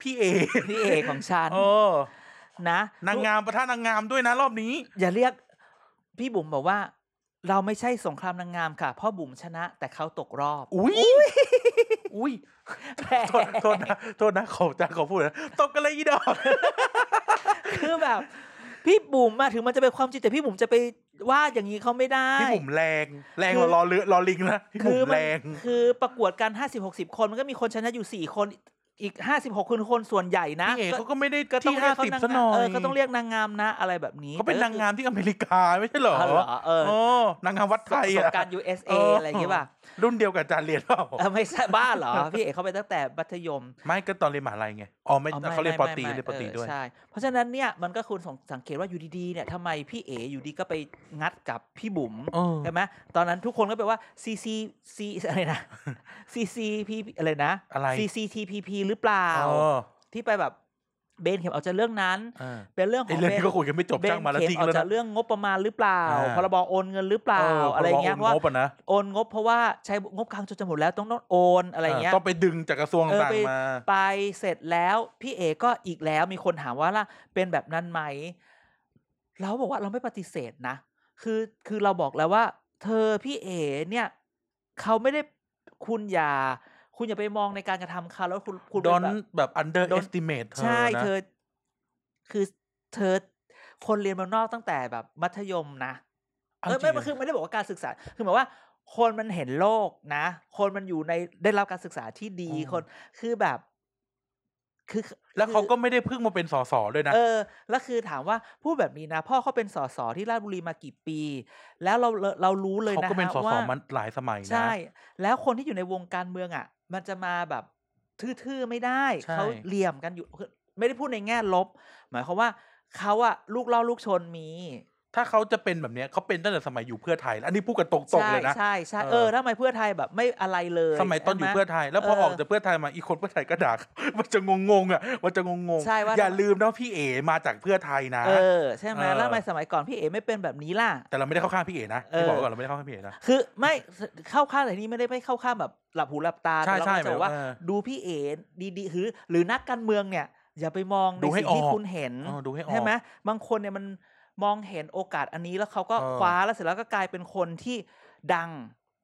พี่เอ
พี่เอกของฉัน
เออ
นะ
นางงามประธานนางงามด้วยนะรอบนี้
อย่าเรียก พี่บุ๋มบอกว่า เราไม่ใช่สงครามนางงามค่ะเพ่อบุ๋มชนะ แต่เขาตกร
[laughs]
อบ
อุ้ยอุ้ยโทษโทษนะโทษนะขอจาขอพูดนะตบกันเลยอีดอก
คือแบบ พี่บุ๋มมาถึงมันจะเป็นความจริงแต่พี่บุ๋มจะไปว่าอย่างนี้เขาไม่ได้
พี่บุ๋มแรง แรง
คื
ก
อ
ว่ารอเรือรอลิงนะพี่บุ๋
คือ
ม
มัน
แรง
คือประกวดกัน 50 60 คน มันก็มีคนชนะอยู่ 4 คนอีก 56คนคนส่วนใหญ่นะ
พี่เอกเขาก็ไม่ได้
ก็ต้อง
ที่
เรีย
ห้าก
เขา
สิบ
นาง
ซะห
งา
น่
ม
อ
เอย อก็ต้องเรียกนางงามนะอะไรแบบนี้
เขาเป็นนางงามที่อเมริกาไม่ใช่เหรอ
อ๋อเหรอเออ
โอ้นางงามวัดไทย
ประส
อะ
บการณ์ USA
เอออ
อะไรอย่างเงี้ยป่ะ
รุ่นเดียวกับอาจารย์เรียนเปล่า
เออไม่ใช่บ้าเหรอ พี่เอกเขาไปตั้งแต่มัธยม
ไม่ก็ตอนเรียนมหาลัยไงอ๋อไม่
อ๋อไม่
เขาเรียน
ไม่
ปอตรี
ไม่
เรียนปอตรี
ออ
ด้วย
ใช่เพราะฉะนั้นเนี่ยมันก็คุณสังเกตว่าอยู่ดีๆเนี่ยทำไมพี่เออยู่ดีก็ไปงัดกับพี่บุ๋ม
เออ
ใช่ไหมตอนนั้นทุกคนก็แปลว่า CCC [laughs] อะไรนะ CCP อะไรนะ
อะไร
CCTPP หรือเปล่า
เออ
ที่ไปแบบ เบนเข็มออกจากเรื่องนั้น
อ่า
เป็นเรื่องข
ไอ้
อง
เรื่อง
เบน
นี้ก็คุยกันไม่จบ
เบ
จ้าน งมาแล้ว
เข็ม
จริง
ออก
แล้ว
จา
นะ
กเรื่องงบประมาณหรือเปล่า
อ่า
พรบโอนเงินหรือเปล่าอะไรเงี้ยเพ
พ
ราะว่า
บโนงบอะนะ
โอนงบเพราะว่าใช้งบกลางจนจะหมดแล้วต้องต้องโอนอะไรเงี้ย
าต้องไปดึงจากกระทรวง
เออ
ต่าง
ไป
ๆมา
ไปเสร็จแล้วพี่เอก็อีกแล้วมีคนถามว่าล่ะเป็นแบบนั้นไหม เราบอกว่าเราไม่ปฏิเสธนะ คือคือเราบอกแล้วว่า เธอพี่เอเนี่ยเขาไม่ได้คุณอย่า คุณอย่าไปมองในการกระทำเขาแล้วคุณคุณ
ด
เป็
อน น
แบบ
แบบ under estimate เธอ
ใช่
นะ
เธอ คือเธอคนเรียนเมืองนอกตั้งแต่แบบมัธยมนะ
เอา
เออ
จริ
ไม่
ง
ไม่
อะ
คือไม่ได้บอกว่าการศึกษา คือหมายว่าคนมันเห็นโลกนะ คนมันอยู่ในได้รับการศึกษาที่ดี
อืม
คนคือแบบ คือ
แล้วเขา
คือ
ก็ไม่ได้เพิ่งมาเป็นสสด้วยนะ
เออ แล้วคือถามว่าพูดแบบนี้นะ พ่อเขาเป็นสสที่ราชบุรีมากี่ปี แล้วเราเราเรารู้เลย
เขา
นะ
ก็เป็น
ฮะ
สส
ว่า
มันหลายสมัยนะ
ใช่ แล้วคนที่อยู่ในวงการเมืองอ่ะ มันจะมาแบบทื่อๆไม่ได้
ใช่
เขาเหลี่ยมกันอยู่คือไม่ได้พูดในแง่ลบ หมายความว่าเขาอะลูกเล่าลูกชนมี
ถ้าเขาจะเป็นแบบเนี้ยเขาเป็นตั้งแต่สมัยอยู่เพื่อไทยแล้วอันนี้พูดกันตรง
ใช่
ๆเลยนะ
ใช่ใช่
เออ
เออทำไมเพื่อไทยแบบไม่อะไรเลย
สมัยตอนอยู่
ใช่ไห
เพื่อไทย แล้วพอ
เออ
ออกจากเพื่อไทยมาอีกคนเพื่อไทยก็ด่า [laughs] มันจะงงๆอ่ะมันจะงง
ใช่ว่า
อย่าลืมนะว่าพี่เอมาจากเพื่อไทยนะ
เออใช่ไหม
เออ
แล้วทำไมสมัยก่อนพี่เอไม่เป็นแบบนี้ล่ะ
แต่เราไม่ได้เข้าข้างพี่เอนะ
เออ
ที่บอกไว้ก่อนเราไม่ได้เข้าข้างพี่เอนะ
คือไม่ [laughs] เข้าข้างแต่นี่ไม่ได้ไม่เข้าข้างแบบหลับหูหลับตา
ใช่
แต่เรา
ใช่
ก็จะบอกว่า
เออ
ดูพี่เอดีๆหรือหรือนักการเมืองเนี่ย อย่าไปมองใน
ดูให้
สิ่งที่
ออก
คุณเห็น
เออดูให้ออก
ใช่ไหมบางคนเนี่ยมันมองเห็นโอกาสอันนี้แล้วเขาก็
เออ
คว้าแล้วเสร็จแล้วก็กลายเป็นคนที่ดัง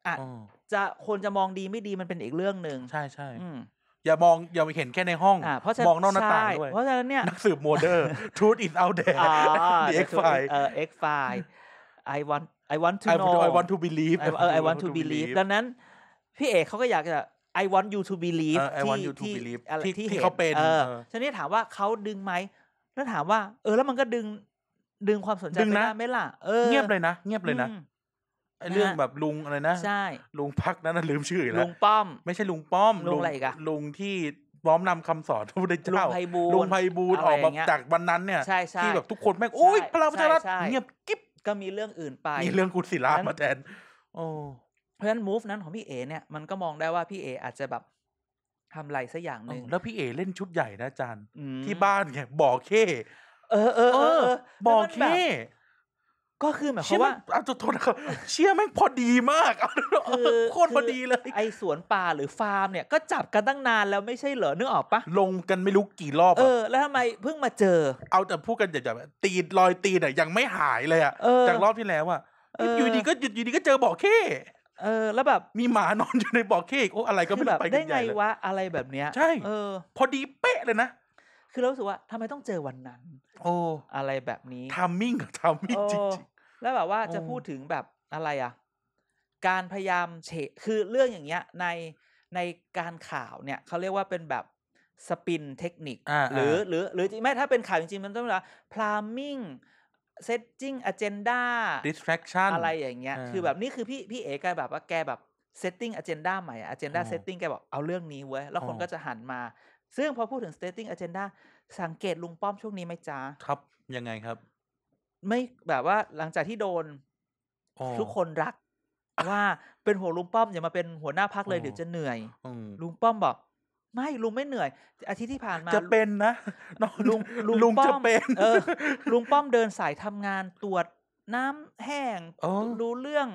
อ่ะ
เออ
จะคนจะมองดีไม่ดีมันเป็นอีกเรื่องหนึ่ง
ใช่ใช่
อืม
อย่ามองอย่าไปเห็นแค่ในห้อง
อ่ะเพราะฉะนั้น
มองนอกหน้าต่าง
ใช่
ด้วย
เพราะฉะนั้นเนี่ย
นักสืบโมเดอร์
[laughs]
truth is out there
อ่า
[laughs] the X file
เออ X file I want I want to
I
know
want- I want to believe
I- เออ I want to believe ดังนั้น พี่เอกเขาก็อยากจะ I want you to believe
เออ I want you to
ที่
believe
อะไร
ที่
ที่
ที่เขาเป็น
เออ
เออ
ฉะนี้นถามว่าเขาดึงไหมแล้วถามว่า เออแล้วมันก็ดึงดึงความสนใจ
ดึง
ไป
นะ
ได้ไหมล่ะเออ
เงียบเลยนะ เงียบเลยนะ
อืม
ไอ้เรื่อง
นะฮะ
แบบลุงอะไรนะ
ใช่
ลุงพักนั้นนะลืมชื่ออีกแล้
ลุ
ว
งป้อม
ไม่ใช่ลุงป้อม
ลุงอะไรอีกอะ
ลุงที่น้อมนำคำสอนพระพุทธเจ้า
ลุงไพบูลย์
ลุงไพบูลย์
อะ
อ
ไร
อก
อ
มา
ย่างเงี้ย
จากวันนั้นเนี่ย
ใช่ใช่
ที่แบบทุกคนแม่งโอ้ย
ใช่
พลังประชารัฐ
ใช่ใช่
เงียบกิ๊บ
ก็มีเรื่องอื่นไป
มีเรื่องคุณศิลา
นั้น
มาแทนโอ้
เพราะฉะนั้น move นั้นของพี่เอเนี่ยมันก็มองได้ว่าพี่เออาจจะแบบทำอะไรสักอย่างห
เอ
นึ่ง
อแล้วพี่เอเล่นชุดใหญ่นะอาจารย์
อืม
ที่บ้านไงบ่อเค้
เออเออเออเออ
บอก
แล้วมันแบบ
เค้
ก็คือหมายควา
เชี่ย
ม
แม่
ว่า
งอ่ะโทษนะครับเชี่ยแม่งพอดีมากเอา
คือ
โคตรพอดีเลย
ไอสวนป่าหรือฟาร์มเนี่ยก็จับกันตั้งนานแล้วไม่ใช่เหรอนึกออกปะ
ลงกันไม่รู้กี่รอบ
เอ
อะ
อ แล้วทำไมเพิ่งมาเจอ
เอาแต่พูดกันหยาบๆตีนรอยตีนอะยังไม่หายเลยอะ
เออ
จากรอบที่แล้วอะ
เอออ
อยู่ดีก็อยู่ดีก็เจอบ่อเค้
เออ แล้วแบบ
มีหมานอนอยู่ในบ่อเค้กโอ้อะไรก็
คื
ไม่
อ
รู้
แบบ
ไปกั
ได้
นให
ไง
ญ่เลย
วะอะไรแบบเนี้ย
ใช่
เออ
พอดีเป๊ะเลยนะ
คือเรารู้สึกว่าทำไมต้องเจอวันนั้น
โอ้
อะไรแบบนี้
ทามมิ่งกับทามมิ่ง
โอ้
จริง
แล้วแบบว่าจะ
โอ้
พูดถึงแบบอะไรอ่ะ การพยายามเฉะคือเรื่องอย่างเงี้ยในในการข่าวเนี่ยเขาเรียกว่าเป็นแบบสปินเทคนิค
ๆอ่า
หรือหรือหรือจริงไม่ถ้าเป็นข่าวจริงๆ มันต้องเรียกว่าพลามิ่งเซตจิ้งอะเจนดา
distraction
อะไรอย่างเงี้ย
อ่า
คือแบบนี่คือพี่พี่เอกแกแบบว่าแกแบบเซตติ้งอะเจนดาใหม่อะเจนดา
อ๋อ
เซตติ้งแกบอกเอาเรื่องนี้เว้ย แล้วคน
อ๋อ
ก็จะหันมา ซึ่งพอพูดถึงเซตติ้งอะเจนดาสังเกตลุงป้อมช่วงนี้ไหมจ๊ะ
ครับยังไงครับ
ไม่แบบว่าหลังจากที่โดน
โอ้
ทุกคนรัก ว่าเป็นหัวลุงป้อมอย่ามาเป็นหัวหน้าพักเลย
อ๋อ
เดี๋ยวจะเหนื่อย
อืม
ลุงป้อมบอก ไม่ลุงไม่เหนื่อย อาทิตย์ที่ผ่านมา
จะเป็นนะน้อง
ลุงลุง
ลุง
ป้อม
จะเป็น
เออ ลุงป้อมเดินสายทำงานตรวจน้ำแห้ง
โอ้
ดูเรื่อง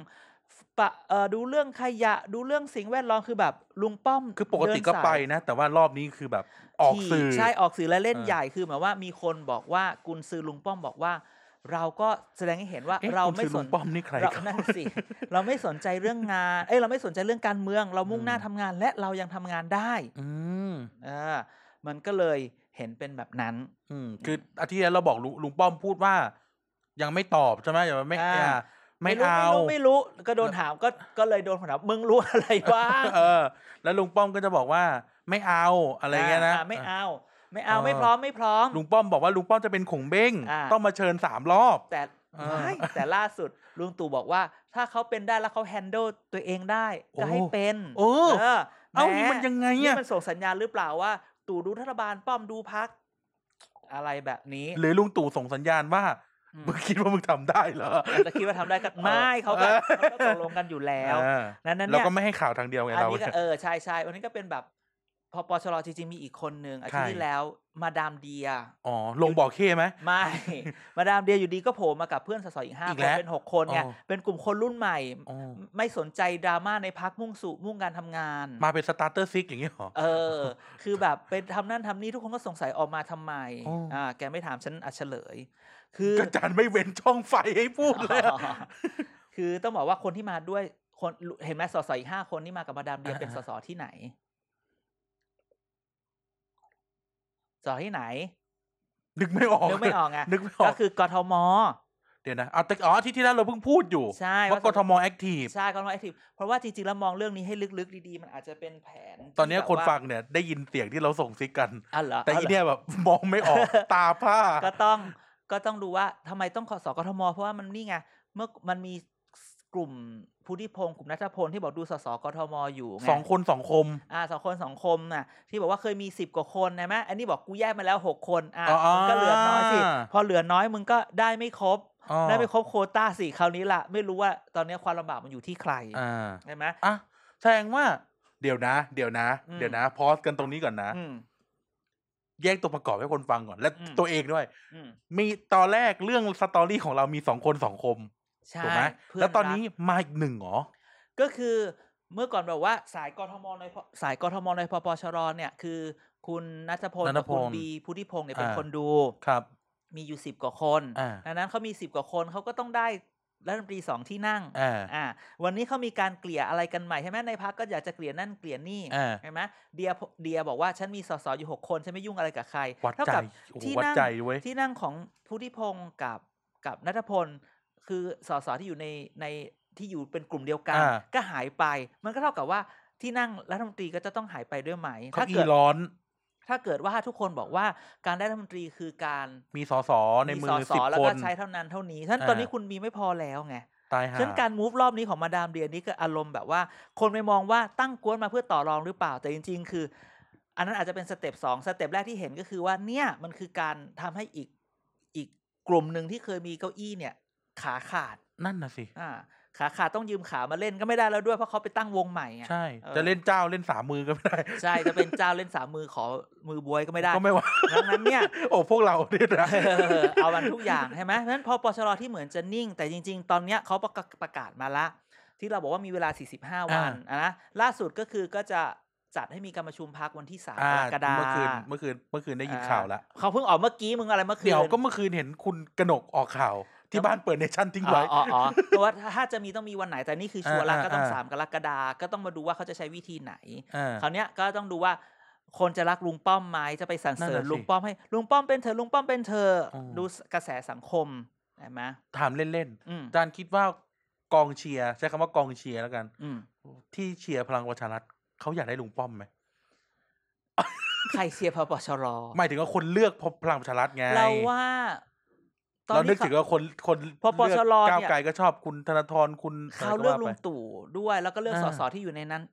ปะเออดูเรื่องขยะ ดูเรื่องสิ่งแวดล้อมคือแบบ ลุงป้อม
[laughs] คือปกติ
เดิน
ก็
สาย
ไปนะ แต่ว่ารอบนี้คือแบบออก
ที่
สื่อ
ใช่ออกสื่อและเล่น
เออ
ใหญ่คือหมายว่ามีคนบอกว่ากุนซือลุงป้อมบอกว่า เราก็แสดงให้เห็นว่า
เอ๊ะ
เรา
คุณ
ไม่
ซื้อ
สน
ลุงป้อมนี่ใคร
เรา
ครับ
นั่นสิ เราไม่สนใจเรื่องงาน เอ้ย เราไม่สนใจเรื่องการเมือง เรามุ่งหน้า
อืม
ทำงาน และเรายังทำงานได้
อืม
อ่ามันก็เลยเห็นเป็นแบบนั้น
อืมคืออาทิตย์ที่แล้วเราบอกลุงลุงป้อมพูดว่า ยังไม่ตอบใช่ไหมยังไม่
อ่า
อ่าไม่
รู้
เอา
ไม่รู้ไม่รู้ ก็โดนถามก็ก็เลยโดนถามมึงรู้อะไรบ้าง
เออ แล้วลุงป้อมก็จะบอกว่าไม่เอาอะไรเงี้ยนะ
าไม่เอา ไม่เอา
เออ
ไม่พร้อมไม่พร้อม
ลุงป้อมบอกว่าลุงป้อมจะเป็นขงเบ้ง
อ่า
ต้องมาเชิญสามรอบ
แต่
เออ
ไม่แต่ล่าสุดลุงตู่บอกว่า ถ้าเขาเป็นได้แล้วเขาแฮนด์ลตัวเองได้
โอ้
ก็ให้เป็น
โอ้เอ้านี่มันยังไงอะ
นี่มันส่งสัญญาณหรือเปล่าว่า ตู่ดูรัฐบาลป้อมดูพัก อะไรแบบนี้
หรือลุงตู่ส่งสัญญาณว่า
อืม
มึงคิดว่ามึงทำได้เหรอ
อาจจะคิดว่าทำได้ก็ไม่เขาก็
เออ
เขาก็ตกลงกันอยู่แล้ว
อ่า
นั้นนั้น
เรา
เนี่ย
ก็ไม่ให้ข่าวทางเดียวไง
อัน
เรา
นี้ก็เออใช่ใช่วันนี้ก็เป็นแบบ พอปชรจริงๆมีอีกคนหนึ่งอาทิตย์
ใคร
ที่แล้วมาดามเดีย
อ๋อ ลงบ่อเข้ไหม
ไม่
[laughs]
มาดามเดียอยู่ดีก็โผล่มากับเพื่อนสสอีกห้า
อีก
ค
แล้
น
ว
เป็นหกคนไง
อ๋อ
เป็นกลุ่มคนรุ่นใหม่
อ๋อ
ไม่สนใจดราม่าในพักมุ่งสู่มุ่งการทำงาน
มาเป็นสตาร์เตอร์ซิกอย่างนี้เหรอ
เออ คือแบบเป็นทำนั่นทำนี่ทุกคนก็สงสัยออกมาทำไม
อ๋ออ่
่าแกไม่ถามฉันอะเฉลย คือ
กระจานไม่เว้นช่องไฟให้พูดเลยอะ
อ๋อคือต้องบอกว่าคนที่มาด้วยคนเห็นไหมสสอีกห้าคนนี่มากับมาดามเดีย
อ่า
เป็นส
อ่า
สที่ไหนสสที่ไหน
นึกไม่ออก
นึกไม่ออกไง
นึกไม่ออ
ก็
ก
คือกทม
เดี๋ยวนะเอาแต่อ๋ออาที่ที่แล้วเราเพิ่งพูดอยู่
ใช่
ว่ากทมแอคทีฟ
ใช่กทมแอคทีฟเพราะว่าจริงๆแล้วมองเรื่องนี้ให้ลึกๆดีๆ มันอาจจะเป็นแผน
ตอนเนี้ย
ที่แบบ
คน
ว่า
ฟังเนี่ยได้ยินเสียงที่เราส่งซิกกัน
อ๋อเหรอ
แต่
อ๋อ
อี
เหรอ
เนี่ยแบบ [laughs] มองไม่ออก ตาผ้า
ก็ต้องก็ต้องดูว่าทำไมต้องขอสกทม เพราะว่ามันนี่ไงเมื่อมันมีกลุ่มพุทธิพงศ์กลุ่มนัทพลที่บอกดูสสกทมอยู่ไง
สองคนสองคม
อ่าสองคนสองคมน่ะที่บอกว่าเคยมีสิบกว่าคนนะแม่อันนี้บอกกูแยกมาแล้วหกคนอ่ะ
อ๋อ
มึงก็เหลือน้อยสิพอเหลือน้อยมึงก็ได้ไม่ครบ
อ๋อ
ได้ไม่ครบโควต้าสี่คราวนี้ละไม่รู้ว่าตอนนี้ความลำบากมันอยู่ที่ใคร
อ่า
ใช่ไหม
อ่ะแสดงว่า เดี๋ยวนะ เดี๋ยวนะ
อืม
เดี๋ยวนะ พอสกันตรงนี้ก่อนนะ
อืม
แยกตัวประกอบให้คนฟังก่อน และ
อืม
ตัวเองด้วย
อืม
มีตอนแรกเรื่องสตอรี่ของเรามีสองคนสองคม
ใช่
ถูกไหม
เพื่
แล้วตอน
รัก
นี้มาอีกหนึ่งเหรอ
ก็คือเมื่อก่อนแบบว่าสายกทมในพสายกทมในพปชรเนี่ยคือคุณนัทพล
ณัฐ
กับ
พล
คุณบีพุทธิพงศ์เนี่ยเป็น
อ่า
คนดู
ครับ
มีอยู่สิบกว่าคน
อ่า
ดังนั้นเขามีสิบกว่าคนเขาก็ต้องได้รัฐมนตรีสองที่นั่ง
อ่า
อ่าวันนี้เขามีการเกลี่ยอะไรกันใหม่ใช่ไหมในพักก็อยากจะเกลี่ยนั่นเกลี่ยนี่
อ่า
ใช่ไหมเดียเดียบอกว่าฉันมีสสอยู่หกคนฉันไม่ยุ่งอะไรกับใคร
วัด
เท่า
ใจ
กับ
โอ้โห
ที่
วัด
นั่ง
ใจเว้ย
ที่นั่งของพุทธิพงศ์กับกับนัทพล คือสสที่อยู่ในในที่อยู่เป็นกลุ่มเดียวกัน
อ่า
ก็หายไป มันก็เท่ากับว่าที่นั่งรัฐมนตรีก็จะต้องหายไปด้วยไหม
เขา
ถ้า
อี
เกิด
ร้อน
ถ้าเกิดว่าทุกคนบอกว่าการได้รัฐมนตรีคือการ
มีสอสอในมือ
ส
สิบ
แล้ว
ค
ก็
น
ใช้เท่านั้นเท่านี้ฉะนั้น
อ่า
ตอนนี้คุณมีไม่พอแล้วไง
ตาย
ฉะ
หา
นั้นการมูฟรอบนี้ของมาดามเดียนี่ก็อารมณ์แบบว่า คนไปมองว่าตั้งกวนมาเพื่อต่อรองหรือเปล่าแต่จริง ๆ คือ อันนั้นอาจจะเป็นสเต็ปสองสเต็ปแรกที่เห็นก็คือว่าเนี่ยมันคือการทำให้อีกอีกกลุ่มหนึ่งที่เคยมีเก้าอี้เนี่ย ขาขาด
นั่นน่ะสิ
อ่าขาขาดต้องยืมขามาเล่นก็ไม่ได้แล้วด้วยเพราะเขาไปตั้งวงใหม่ไง
ใช่
เออ
จะเล่นเจ้าเล่นสามมือก็ไม่ได้
ใช่จะเป็นเจ้าเล่นสามมือขอมือบวยก็ไม่ได้
ก็ไม่ไหว
ดังนั้นเนี่ย
โอ้พวกเราเนี่ยนะ
เออ [laughs] เอามันทุกอย่างใช่ไหมเพราะฉะนั้นพอปชรที่เหมือนจะนิ่ง แต่จริง ๆ ตอนเนี้ยเขาประกาศประกาศมาละ ที่เราบอกว่ามีเวลา 45 วันอ่ะนะล่าสุดก็คือก็จะจัดให้มีการประชุมพักวันที่3ก
อ่าร
กฎา
เมื่อคืนเมื่อคืนเมื่อคืนได้ยินข่าวแล้ว
อ่เขาเพิ่งออกเมื่อกี้มึงอะไรเมื่อคืน
เดี๋ยวก็เมื่อคืนเห็นคุณกนกออกข่าว ที่บ้านเปิดเนชั่นทิ้ง
อ๋
ไว้
ออ๋ออ๋อเพราะว่าถ้าจะมีต้องมีวันไหนแต่นี่คือชัวร์ละ
อ่า
ก็ต้อง
อ่า
3 กรกฎาก็ต้องมาดูว่าเขาจะใช้วิธีไหน
อ่า
คราวเนี้ยก็ต้องดูว่า คนจะรักลุงป้อมไหมจะไปสรรเสริ
นั่
ญ
นน่ะสิ
ลุงป้อมให้ลุงป้อมเป็นเธอลุงป้อมเป็นเธออ
ม
ดูกระแสสังคมใช่ไหม
ถามเล่น
อืม
ๆอาจารย์คิดว่ากองเชียร์ใช้คำว่ากองเชียร์แล้วกัน
อืม
ที่เชียร์พลังประชารัฐเขาอยากได้ลุงป้อมไหม
ใครเชียร์พปชร
หมายถึงว่าคนเลือกพลังประชารัฐไง
เราว่า
เรานึกถึง
เขา
ว่าคนคน
พอปชร
ก้าว
เนี่ย
ไกลก็ชอบคุณธนาธรคุณ
เขาเลือกลุ
ะ
ง
ไรว่าไป
ตู่ด้วย แล้วก็เลือก
อ่า
สสที่อยู่ในนั้น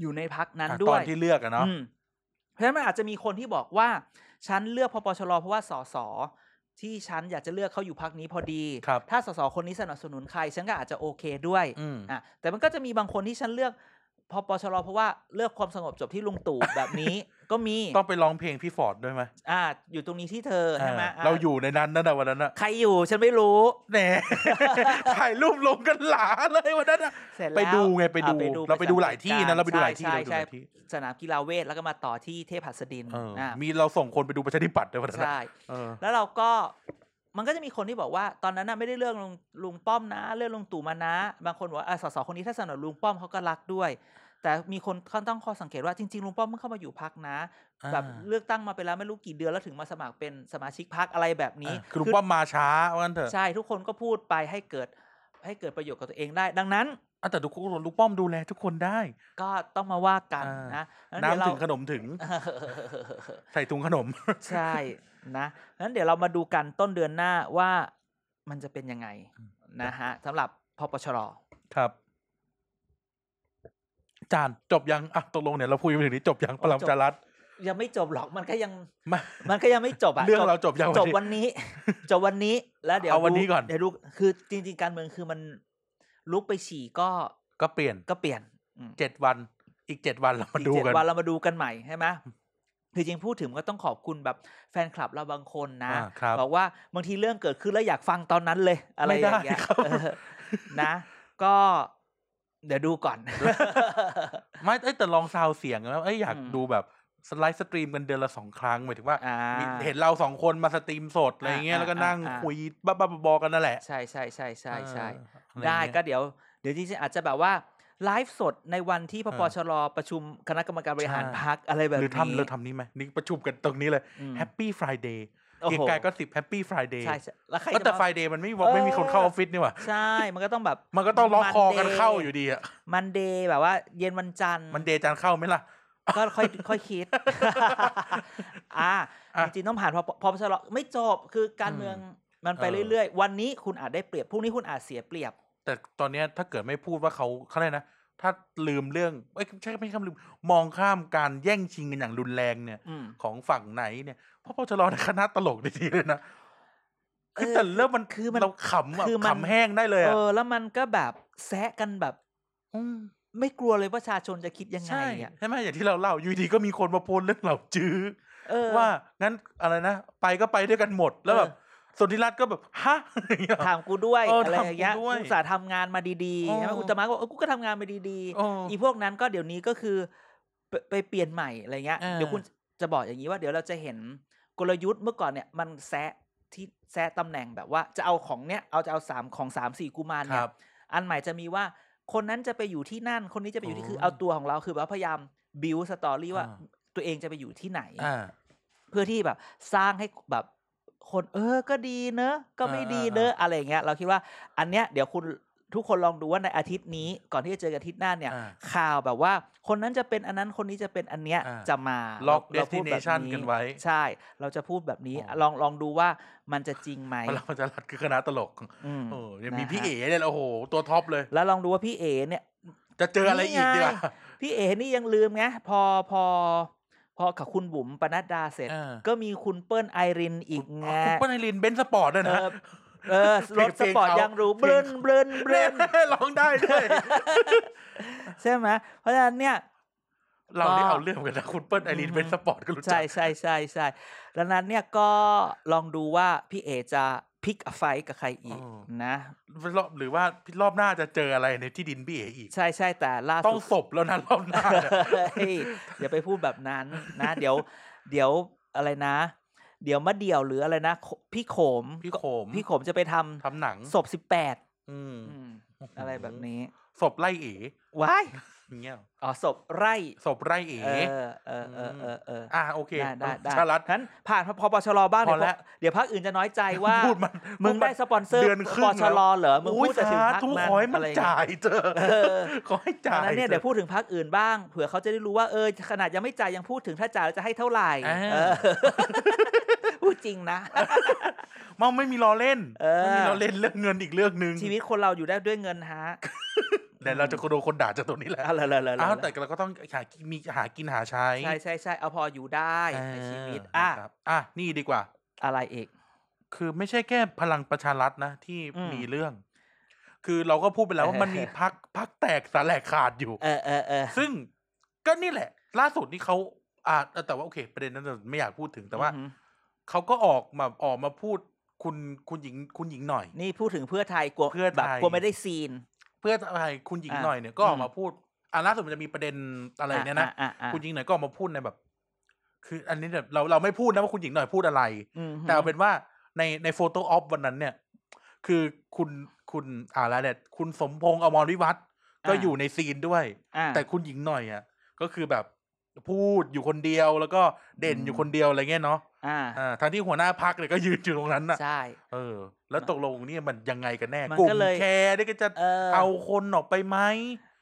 อยู่ในพักนั้น
อ่ะ
ด้
ต
ว
อน
ย
ที่เลือกอะเนาะ
อืมเพราะฉะนั้นมันอาจจะมีคนที่บอกว่า ฉันเลือกพปชรเพราะว่าสสที่ฉันอยากจะเลือกเขาอยู่พักนี้พอดี
ครับ
ถ้าสสคนนี้สนับสนุนใคร ฉันก็อาจจะโอเคด้วย
อืม
อ่ะแต่มันก็จะมีบางคนที่ฉันเลือกพอปชรเพราะว่าเลือกความสงบจบที่ลุงตู่ แบบนี้ ก็มี
ต้องไปร้องเพลงพี่ฟอร์ดด้วยไหม
อ่า อยู่ตรงนี้ที่เธอใช่ไหม
อ่า
ะ
เราอยู่ในนั้นนั่นน่ะวันนั้นน่ะ
ใครอยู่ฉันไม่รู้
แหน่ [laughs] ถ่ายรูปลงกันหลาเลยวันนั้นน่ะ
เสร็จแล้ว
ไปดูไงไป
อ
ดู
่ะ
เราไปดูหลายที่นะ
จัดก
เราไปดูหลายที่
ใช่
เราไปดู
ใช่
หลายที่
สนามกีฬาเวทแล้วก็มาต่อที่เทพหัสดิน
เออ
อ่ะ
มีเราส่งคนไปดูประชาธิปัตย์ด้วยวันนั้นน่ะ
ใช่
เออ
แล้วเราก็มันก็จะมีคนที่บอกว่า ตอนนั้นน่ะไม่ได้เลือกลุงลุงป้อมนะ เลือกลุงตู่มานะ บางคนบอกว่าอ่ะสสคนนี้ถ้าสนับสนุนลุงป้อมเขาก็รักด้วย แต่มีคนเขาต้องข้อสังเกตว่าจริงๆลุงป้อมเพิ่งเข้ามาอยู่พักนะ แบบ
อ่า
เลือกตั้งมาไปแล้วไม่รู้กี่เดือนแล้วถึงมาสมัครเป็นสมาชิกพักอะไรแบบนี้
อ่ะคือลุงป้อมมาช้าว่างั้นเถอะ
ใช่ทุกคนก็พูดไปให้เกิดให้เกิดประโยชน์กับตัวเองได้ ดังนั้น
อ่ะแต่ทุกคนลุงป้อมดูแลทุกคนได้
ก็ต้องมาว่ากัน
อ่าน
นะงั้เดี๋ยว
น้ำ
เรา
ถึงขนมถึงใส่ถุงขนม [laughs]
[laughs] ใช่นะนั้นเดี๋ยวเรามาดูกันต้นเดือนหน้าว่ามันจะเป็นยังไงนะฮะสำหรับพปชร
ครับจานจบยังอ่ะตกลงเนี่ยเราพูดไปถึงนี้จบยังพลังประชารัฐ
ยังไม่จบหรอกมันก็ยัง
มา
[laughs] มันก็ยังไม่จบอะ
เรื่องเราจบยัง
จ
วัน
บ
นี้
วันนี้ จบวันนี้แล้วเดี๋ยว
เอาวัน
ดู
นี้ก่อน
เดี๋ยวดูคือจริงๆการเมืองคือมันลุกไปฉี่ก็
ก็เปลี่ยน
ก็เปลี่ยนอืม
เจ็ดวัน อีกเจ็ดวันเรามา
อีก
ดู
เจ็ด
กัน
วันเรามาดูกันใหม่ใช่ไหมคือจริงพูดถึงก็ต้องขอบคุณแบบแฟนคลับเราบางคนนะ
อ่าครับ
อกว่าบางทีเรื่องเกิดขึ้นแล้วอยากฟังตอนนั้นเลย อะไรอย่างเงี้ย
ไม่ได้ครับ
เออนะ ก็ เดี๋ยวดูก่อน
[laughs] ไม่เอ้ยแต่ลองซาวเสียงนะเอ้ยอยาก
อืม
ดูแบบสไลด์สตรีมกันเดือนละสองครั้งหมายถึงว่า
อ่า
มีเห็นเราสองคนมาสตรีมสดอะไรเงี้ย
อ่า
แล้วก็
อ่า
นั่ง
อ่า
คุยบ้าๆบอๆกันนั่นแหละ
ใช่ใช่ใช่ใช่ใช่
เอออะไร
ได้
เงี้ย
ก็เดี๋ยวเดี๋ยวจริงๆอาจจะแบบว่าไลฟ์สดในวันที่พ
เออ
ปชรประชุมคณะกรรมการบริหาร
ใช่
พักอะไรแบบ
หรือ
นี้
ทำเราทำนี้ไหมนี่ประชุมกันตรงนี้เลย
อืม
แฮปปี้ฟรายเดย์
โอ้
เกีย
โห
รติกายก็สิบแฮปปี้ฟรายเดย์
ใช่ใช่แล้วใคร
แต่
จะ
ฟ
มา
รายเดย์มันไม่มีบอกไม่มีคนเข้าอ
เออ
อฟฟิศนี่หว่า
ใช่มันก็ต้องแบบ
มันก็ต้องล็อกคอ
Monday
กันเข้าอยู่ดีอ่ะ
มันเดย์แบบว่า เย็นวันจันทร์
มันเดย์จานเข้าไหมล่ะ
ก็ค่อยค่อย
[laughs]
คิด อ่า
อ่ะ
จริงๆต้องผ่านพอพอชรไม่จบคือการเมืองมันไป
เออ
เรื่อยๆ วันนี้คุณอาจได้เปรียบพรุ่งนี้คุณอาจเสียเปรียบ
แต่ตอนเนี้ยถ้าเกิดไม่พูดว่าเขาเขาเรียกนะ ถ้าลืมเรื่องเอ้ยใช่ไม่ใช่คำลืม มองข้ามการแย่งชิงกันอย่างรุนแรงเนี่ย
อืม
ของฝั่งไหนเนี่ยพ่อพ่อชะลอในคณะตลกดีๆเลยนะคือ
เออ
แต่เริ่มมัน
คือมัน
เราขำอะ
คือมัน
ขำแห้งได้เลยอะ
เออแล้วมันก็แบบแซะกันแบบ
ม
ไม่กลัวเลยว่าประชาชนจะคิดยังไง
ใช่
อ่ะ
ใช่ไหมอย่างที่เราเล่าอยู่ดีก็มีคนมาโพสต์เรื่องเหล่าจื้อ
เออ
ว่างั้นอะไรนะไปก็ไปด้วยกันหมดแล้วแบบ
เอ
สนธิรัตน์ก็แบบฮะอย่างเงี้ย
ถามกูด้วย
เออ
อะไรอย่างเงี้ย
ถามกูด้วย
อุตส่าห์ทำงานมาดี
เอ
ๆ
อ
ใช่ไหมอุตมะก็บอกเออกูก็ทำงานมาดี
โอ้
ๆ อีพวกนั้นก็เดี๋ยวนี้ก็คือไปไปเปลี่ยนใหม่อะไรเงี้ย
เออ
เดี๋ยวคุณจะบอกอย่างนี้ว่าเดี๋ยวเราจะเห็นกลยุทธ์เมื่อก่อนเนี่ยมันแซะที่แซะตำแหน่งแบบว่าจะเอาของเนี้ยเอาจะเอาสามของสามสี่กุมาร
ค
เนี่ย
รับ
อันใหม่จะมีว่าคนนั้นจะไปอยู่ที่นั่น คนนี้จะไปอยู่ที่คือ
โอ้
เอาตัวของเราคือแบบว่าพยายามบิวสตอรี่ว่า
อ่า
ตัวเองจะไปอยู่ที่ไหน
อ่า
เพื่อที่แบบสร้างให้แบบคนเออก็ดีเนอะก็ไม่
อ่า
ดี
อ่า
เนอะ
อ่า
อะไรอย่างเงี้ยเราคิดว่าอันเนี้ยเดี๋ยวคุณทุกคนลองดูว่าในอาทิตย์นี้ ก่อนที่จะเจอกันอาทิตย์หน้าเนี่ย
อ่า
ข่าวแบบว่า คนนั้นจะเป็นอันนั้นคนนี้จะเป็นอันเนี้ย
อ่า
จะมา
ล็อก
เราพูดแบบ
destination กันไว้
ใช่ เราจะพูดแบบนี้
อ๋อ
ลองลองดูว่ามันจะจริงไหม
พลังประชารัฐคือคณะตลก
อืม
เออเนี่ยมี
นะ
พี่
ฮะ
เอ๋เนี่ยแหละโอ้โห ตัวท็อปเลย
แล้วลองดูว่าพี่เอเนี่ย
จะเจออะไรอีกดีวะ
นี่ไง พี่เอนี่ยังลืมไงพอพอ พอกับคุณบุ๋มปนัดดาเสร็จ
อ่า
ก็มีคุณเปิ้ลไอรินอีกไง
คุณเปิ้ลไอรินเบนซ์สปอร์ตด้วยนะ
เออ
[laughs] เพ
ร
ล
ถ
ง
สปอร์ต
เพลงเขา
ยังหรู้
เพ
เบ
ล
ลิ
ง
นเบลินเบลิน
เร่ร้องได้ด้วย
ใช่ไหมเพราะฉะนั้นเนี่ย
เราได้
ก็
เอาเรื่องกันนะคุณเปิ้ลไอริน
อือฮึ
เบนซ์สปอร์ตก็รู้จั
ใช่
ก
ใช่ใช่ใช่ดังนั้นเนี่ยก็ลองดูว่าพี่เอจะพิกไฟกับใครอีก
อ๋อ
นะ
รอบหรือว่ารอบหน้าจะเจออะไรในที่ดินพี่เออีก
ใช่ใช่แต่ล่า
ต้อ
สุ
ง
ด
ศพแล้วนะรอบหน้าเนี่ย
[laughs] เฮ้ยอย่าไปพูดแบบนั้นนะ เดี๋ยว เดี๋ยวอะไรนะ เดี๋ยวมะเดี่ยวหรืออะไรนะ พี่โขม
พี่โขม
พี่โขมจะไปท
ทำหนัง
ำศพสิบแปด
อืม
อะไรแบบนี้
ศพไล่เอ๋
ว้าย
อย่างเงี้ย
อ๋อศพไร่
ศพไล่เอ๋
เออเออเออเออเออ
อ่าโอเค
ได้ได้ได้
ชารัต
งั้นผ่านพอปชรบ้าง
พอแล้ว
เดี๋ยวเดี๋ยวพักอื่นจะน้อยใจว่า
พูดมัน
มึงได้สปอนเซอร์
เดือนครึ่
ป
ง
ชรเหรอ มึงพูดแต่ถึงพัก
ทุก
นั้น
ขอให้มั
อะ
น
ไร
จ่ายเจอ
เออ
ขอให้จ่า
ดัง
ย
นั้นเนี่ย
ถอะ
เดี๋ยวพูดถึงพักอื่นบ้างเผื่อเขาจะได้รู้ว่าเออขนาดยังไม่จ่ายยังพูดถึงถ้าจ่ายแล้วจะให้เท่าไหร่
อ่า
เออ [laughs] พูดจริงนะ
[laughs] มันไม่มีล้อเล่น
เออ
ไม่มีล้อเล่นเรื่องเงินอีกเรื่องหนึ่ง
ชีวิตคนเราอยู่ได้ด้วยเงินฮะ
แต่เราจะโดนคนด่าจากตรงนี้แหละ
เอาเลยเลยเลย
[laughs] อ้าวแต่เราก็ต้องหามีหากินหาใช้
ใช่ใช่ใช่เอาพออยู่ได้
เออ
ในชีวิตอ่ะ
นะครับอ่ะนี่ดีกว่า
อะไรอีก
คือไม่ใช่แค่พลังประชารัฐนะ ที่
อืม
มีเรื่อง คือเราก็พูดไปแล้วว่า
เออ
มันมีพักพักแตกสาแหลกขาดอยู่
เออเออเออ
ซึ่งก็นี่แหละ ล่าสุดนี่เขาอ่าแต่ว่าโอเค ประเด็นนั้นเราไม่อยากพูดถึงแต่ว่า
อือหือ
เขาก็ออกมาออกมาพูดคุณคุณหญิงคุณหญิงหน่อย
นี่พูดถึงเพื่อไทยกลัว
เพื่อไทย
แบบกลัวไม่ได้ซีน
เพื่อไทยคุณหญิง
อ่ะ
หน่อยเนี่ยก็ออก
อืม
มาพูดอ่ะล่าสุดมันจะมีประเด็นอะไรเนี่ยนะ
อ่อ่อ่
คุณหญิงหน่อยก็ออกมาพูดในแบบ คืออันนี้เนี่ยเราเราไม่พูดนะว่าคุณหญิงหน่อยพูดอะไร
อือหือ
แต่เอาเป็นว่าในในโฟโต้ออฟวันนั้นเนี่ย คือคุณคุณอ่าแล้วเนี่ยคุณสมพงษ์อมรวิวัฒน์ก็
อ่า
อยู่ในซีนด้วย
อ่า
แต่คุณหญิงหน่อยอ่ะก็คือแบบพูดอยู่คนเดียวแล้วก็เด่น
อืม
อยู่คนเดียวอะไรเงี้ยเนาะ
อ่า
อ่าทางที่หัวหน้าพักเนี่ยก็ยืนอยู่ตรงนั้นน่ะ
ใช่
เออ แล้วตกลงเนี่ยมันยังไงกันแน่
มัน
กลุ่
ก็
ม
เลย
แคร์เนี่ยก็จะ
เออ
เอาคนออกไปไหม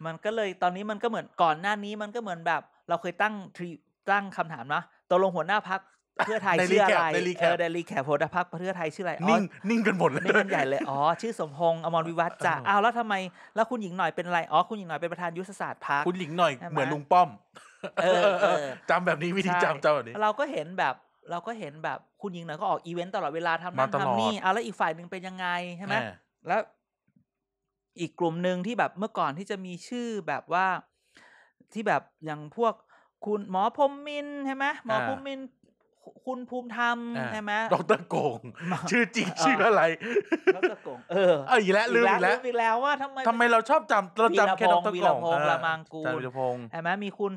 มันก็เลยตอนนี้มันก็เหมือนก่อนหน้านี้มันก็เหมือนแบบ เราเคยตั้งทรีตั้งคำถามนะตกลงหัวหน้าพักเพื่อไทย
ใน
ชื่ออะไร
recap ใน recap
เออในรีแคปหัวหน้าพักเพื่อไทยชื่ออะไรอ๋อ
นิ่งนิ่งกันหมดเลย
นี่มันใหญ่เลยอ๋อชื่อสมพงษ์อมรวิวัฒ
[laughs]
น์จ้ะ
เออ
อ้าวแล้วทำไมแล้วคุณหญิงหน่อยเป็นอะไรอ๋อคุณหญิงหน่อยเป็นประธานยุทธศาสตร์พัก
คุณหญิงหน่อย
ใช่ไหม
เหมือนลุงป้อม
เออเออ
[laughs] จำแบบนี้วิธีจำจำแบบนี้
เราก็เห็นแบบเราก็เห็นแบบคุณหญิงหน่อยก็ออกอีเวนต์ตลอดเวลาทำนั่น
มาตลอด
ทำนี่เอาแล้วอีกฝ่ายหนึ่งเป็นยังไงใช่ไหม
เออ
แล้วอีกกลุ่มหนึ่งที่แบบเมื่อก่อนที่จะมีชื่อแบบว่า ที่แบบอย่างพวกคุณหมอพรหมมินทร์ใช่ไหมหมออา พรหมมินทร์คุคุณภูมิธรรมใช่ไหม
ดอกเตอรโกง
[laughs] หมอ
ชื่อจริงชื่ออะไร
แล้วก็โกงเอ
[laughs]
อ
เอออีกแล้วลืมอีกแล้ว
อีกแล้วว่าทำไม
ทำไมเราชอบจำเราจำแค่
วี
ด
ร
อก
พ
เตอง
ษ์วีรพงษ์
รโกงอ่า
ละมังกูล
จำวีรพงษ์
ใช่ไหมมีคุณ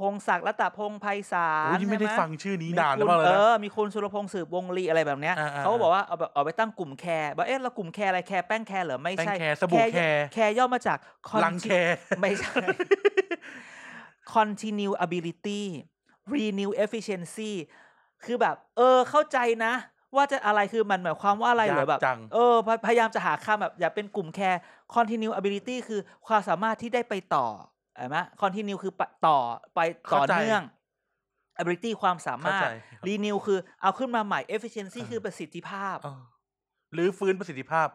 พงศักดิ์รัตพงศ์ไพศาล
โอ้ยนี่ไม่ได้
ใช่ห
ฟังชื่อนี้
มี
นาน
คุณ
มากเลย
เอ
นะ
อ มีคุณสุรพงษ์สืบวงลีอะไรแบบเนี้ย
อ่าอ่า
เขาก็บอกว่าเอาแบบเอาไปตั้งกลุ่มแคร์บอกเอ๊ะเรากลุ่มแคร์อะไรแคร์แป้งแคร์เหรอไม่ใช่
แป้งแคร์สบู่แคร์
แคร์ย่อมาจาก
ลังแค
conti- ไม่ใช่ continue ability renew efficiency คือแบบ เออเข้าใจนะ ว่าจะอะไรคือมันหมายความว่าอะไรเหรอย
าก
แบบ
จัง
เออพยพยายามจะหาคำแบบอย่าเป็นกลุ่มแคร์ continue ability คือความสามารถที่ได้ไปต่อเห็นไหม continue คือไปต่อไปต่อ
เข้าใจ
เนื่อง ability ความสา
เข้าม
ารถ
ใจ
รีนิวคือเอาขึ้นมาใหม่ efficiency
เออ
คือประสิทธิภาพ
เออหรือฟื้นประสิทธิภาพ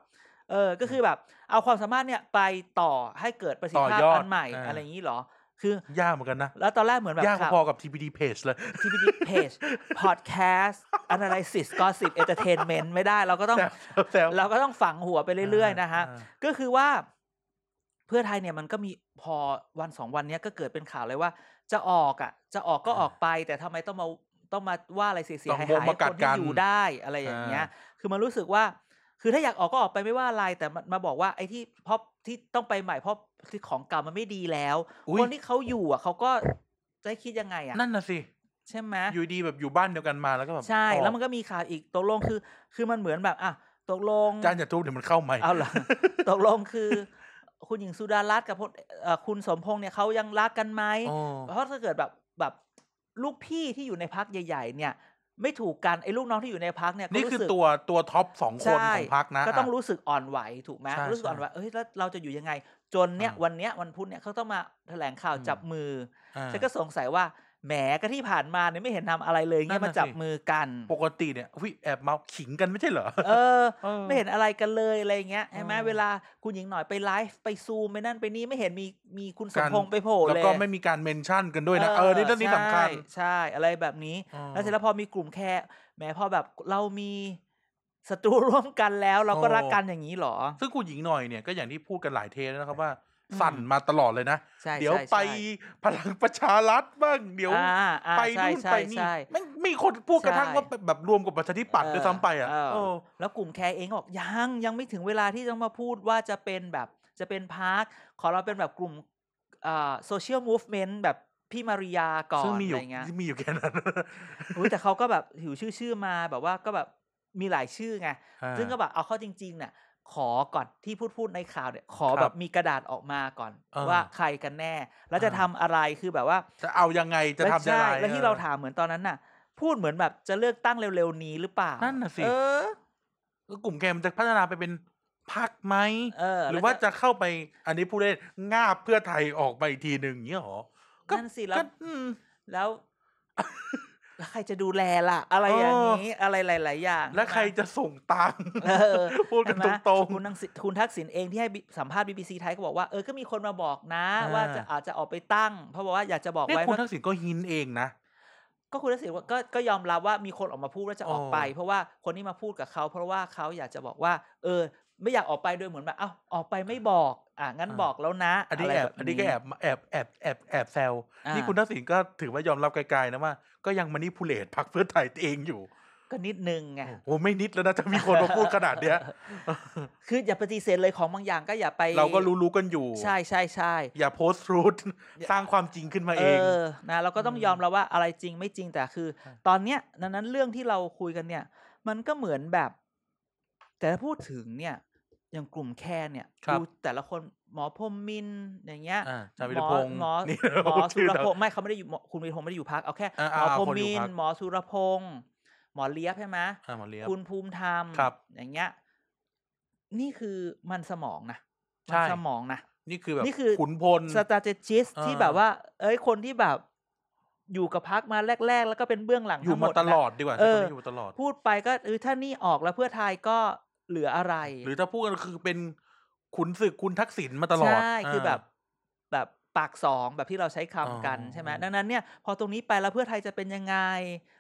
เออ ก็คือแบบเอาความสามารถเนี่ยไปต่อให้เกิดประสิทธิภาพ
ต่อยอด
อันใหม่
อ่า
อะไรอย่างนี้เหรอ คือ
ยากเหมือนกันนะ
แล้วตอนแรกเหมือนแบบ
ยาก
ข่าว
พอๆกับ TPD page เลย
TPD
[laughs]
page podcast analysis gossip entertainment ไม่ได้เราก็ต้อง
แซวแซว
เราก็ต้องฝังหัวไปเรื่อยๆนะฮะ
อ่า
ก็คือว่าเพื่อไทยเนี่ยมันก็มีพอวันสองวันเนี้ยก็เกิดเป็นข่าวเลยว่า จะออกอ่ะ จะออกก็ออกไป แต่ทำไมต้องมาต้องมาว่าอะไรเสีย
ต้อ
หาย
งมา
หาย
กั
ค
ด
น
กั
ที่
น
อยู่ได้อะไรอย่างเงี้ย
อ่
คือมันรู้สึกว่า คือถ้าอยากออกก็ออกไปไม่ว่าอะไรแต่มันมาบอกว่าไอ้ที่เพราะที่ต้องไปใหม่เพราะที่ของเก่ามันไม่ดีแล้ว
อุ๊ย
คนที่เขาอยู่อ่ะเขาก็จะให้คิดยังไงอ่ะ
นั่นน่ะสิ
ใช่ไหม
อยู่ดีแบบอยู่บ้านเดียวกันมาแล้วก็แบบ
ใช่
ออ
แล้วมันก็มีข่าวอีกตกลงคือ คือมันเหมือนแบบอ่ะตกลง
จานอย่าทุบเดี๋ยวมันเข้าใหม่
เอาเหรอ [laughs] ตกลงคือ คุณหญิงสุดารัตน์กับพลเอ่อคุณสมพงษ์เนี่ยเขายังรักกันไหม
อ๋อ
เพราะถ้าเกิดแบบแบบลูกพี่ที่อยู่ในพักใหญ่ ๆ เนี่ย ไม่ถูกกันไอ้ลูกน้องที่อยู่ในพักเนี่ยก็
นี่
รู้
คือ
สึก
ตัวตัวท็อปสองคน
ใช่
ของพักนะ
ก็ต้องรู้สึกอ่อนไหวถูกไหม
ใช่
รู้สึกอ่อนไหวเอ้ยแล้วเราจะอยู่ยังไง จนเนี่ย
อ่า
วันเนี้ยวันพุธเนี่ยเขาต้องมาแถลงข่าว
อืม
จับมือ
อ่า
ฉันก็สงสัยว่าแหมก็ที่ผ่านมาเนี่ยไม่เห็นทำอะไรเลย
นั่
เงี้
น
ย
น่ะ
มาจับ
สิ
มือกัน
ปกติเนี่ยวิแอบเมาขิงกันไม่ใช่เหรอ
เออ
เออ
ไม่เห็นอะไรกันเลยอะไรอย่างเงี้ยใช่ไหม
เออ
เวลาคุณหญิงหน่อยไปไลฟ์ไปซูมไปนั่นไปนี่ไม่เห็นมีมีคุณสมพงษ์ไปโผล่เลย
แล้วก็ไม่มีการเมนชั่นกันด้วยนะ เออนี่เรื่องนี้สำคัญ
ใช่ใช่ อะไรแบบนี้
อ๋อ
แล้วเสร็จแล้วพอมีกลุ่มแค่แหมพอแบบเรามีศัตรูร่วมกันแล้ว เราก็
โอ้
รักกันอย่างนี้เหรอ
ซึ่งคุณหญิงหน่อยเนี่ยก็อย่างที่พูดกันหลายเทสแล้วนะครับว่า
อืม
สั่นมาตลอดเลยนะ
ใช่
เดี๋ยว
ใช่
ไป
ใช่
พลังประชารัฐบ้างเดี๋ยว
อ่าอ่า
ไป
ใช่
นู่น
ใช่
ไปนี่
ใช่
ไม่มีคนพูดกระทั่ง
ใช่
ว่าแบบแบบรวมกับประชาธิปัตย์
เออ
ด้วยซ้ำไปอ่ะ
เออ
เออ
แล้วกลุ่มแคร์เองก็บอกยังยังไม่ถึงเวลาที่ต้องมาพูดว่าจะเป็นแบบจะเป็นพาร์คขอเราเป็นแบบกลุ่มโซเชียลมูฟเมนต์แบบพี่มาริยาก่อน
ซึ่งมีอ
อะไร
ยู่
เงี้ย
มีอยู่แค่นั้น
อุ๊ยแต่เขาก็แบบหิวชื่อชื่อมาแบบว่าก็แบบมีหลายชื่อไง ซึ่งก็
อ่า
แบบเอาเข้าจริงๆเนี่ยขอก่อนที่พูดพูดในข่าวเนี่ยขอ
ครับ
แบบมีกระดาษออกมาก่อน
เออ
ว่าใครกันแน่ แล้วจะ
อ่า
ทำอะไรคือแบบว่า
จะเอายังไงจะทำยัง
ใช่
ไง
แล้วที่
ออ
เราถามเหมือนตอนนั้นน่ะ พูดเหมือนแบบจะเลือกตั้งเร็วๆนี้หรือเปล่า
นั่นน่ะสิ
เออ
แล้วกลุ่มแกมันจะพัฒนาไปเป็นพักไหม
เออ
หรือ
แล้
ว่าจะเข้าไปอันนี้ผู้เล่นง่าบเพื่อไทยออกไปอีกทีหนึ่งอย่างเงี้ยเหรอก็
นั่นสิแล้ว
ก็อืม [laughs]
แล้วแล้วใครจะดูแลล่ะ อะไรอย่างนี้อะไรหลาย ๆ อย่าง
แล้วใครจะส่งตังค์
เออ
พูดกัน
ใช่
ต
ไหม
รง
คุณทักษิณคุณทักษิณเองที่ให้บิสัมภาษณ์บีบีซีไทยก็บอกว่าเออก็มีคนมาบอกนะ
อ่า
ว่าจะอาจจะออกไปตั้ง เพราะบอกว่าอยากจะบอ
ๆ
ก
เนี่ย
ไว้
คุณ
ว่า
ทักษิณก็หินเองนะ
ก็คุณทักษิณว่าก็ก็ยอมรับว่ามีคนออกมาพูดว่าจะออกไป
อ๋อ
เพราะว่าคนที่มาพูดกับเขา เพราะว่าเขาอยากจะบอกว่า เออ ไม่อยากออกไปโดยเหมือนแบบเอ้าออกไปไม่บอกอ่ะงั้นบอกแล้วนะ
อันนี้
ะไร
แอบ
บบ
อันนี้ก็แอบแอบแอบแอบแอบแซว
อ่านี่
นี่คุณทักษิณก็ถือว่ายอมรับไกลๆนะว่า ก็ยังมานิพูเลตพักเพื่อไทยเองอยู่
ก็นิดนึงไง
โอ้ไม่นิดแล้วนะถ้ามีคนมาพูดขนาดเนี้ย
คืออย่าปฏิเสธเลยของบางอย่างก็อย่าไป
เราก็รู้ๆกันอยู่
ใช่ใช่ใช่
อย่าโพสต์รูทสร้างความจริงขึ้นมา
เอ
เอง
อนะเราก็ต้อง
อืม
ยอมแล้วว่าอะไรจริงไม่จริงแต่คือ
ใช่
ตอนเนี้ยดังนั้นเรื่องที่เราคุยกันเนี่ย มันก็เหมือนแบบ แต่ถ้าพูดถึงเนี่ย อย่างกลุ่มแคร์เนี่ย
ครับ
ดูแต่ละคนหมอพรหมมินทร์อย่างเงี้ย
อ่าชาวิ
ห
ร
มอ
พงศ์
หมอ
นี่
หมอสุ
ชื่อ
ร
เรา
พ
[laughs]
งศ์ไม่เขาไม่ได้อยู่หมอคุณวีรพงศ์ไม่ได้อยู่พักเอาแค่
อ่า
หม
อ่า
อพรหม
คนอยู่
มิน
พ
ท
รรค
ร์หมอสุรพงศ์หมอเลียบใช่ไหม
อ่าหมอเลียบ
คุณภูมิธรรม
ครับ
อย่างเงี้ย นี่คือมันสมองนะมั
ใช่
สมองนะ
นี่คือแบบ
นี่คือ
ขุนพล
สตาเจจิส
อ่า
ที่แบบว่า เอ้ยคนที่แบบอยู่กับพักมาแรก ๆ แล้วก็เป็นเบื้องหลัง
อยู่
ทั้งห
มา
ด
ตลอ
นะ
ดดีกว่า
เอ
ใช่
อ
คนนี้อยู่มาตลอด
พูดไปก็เออถ้านี่ออกแล้วเพื่อไทยก็เหลืออะไร
หรือถ้าพูดกันคือเป็นขุนศึกคุณทักษิณมาตลอด
ใช่คือแบบ
า
แบบปากสองแบบที่เราใช้คำกัน
อ๋อ
ใช่ไหมดังนั้นเนี่ย พอตรงนี้ไปแล้วเพื่อไทยจะเป็นยังไง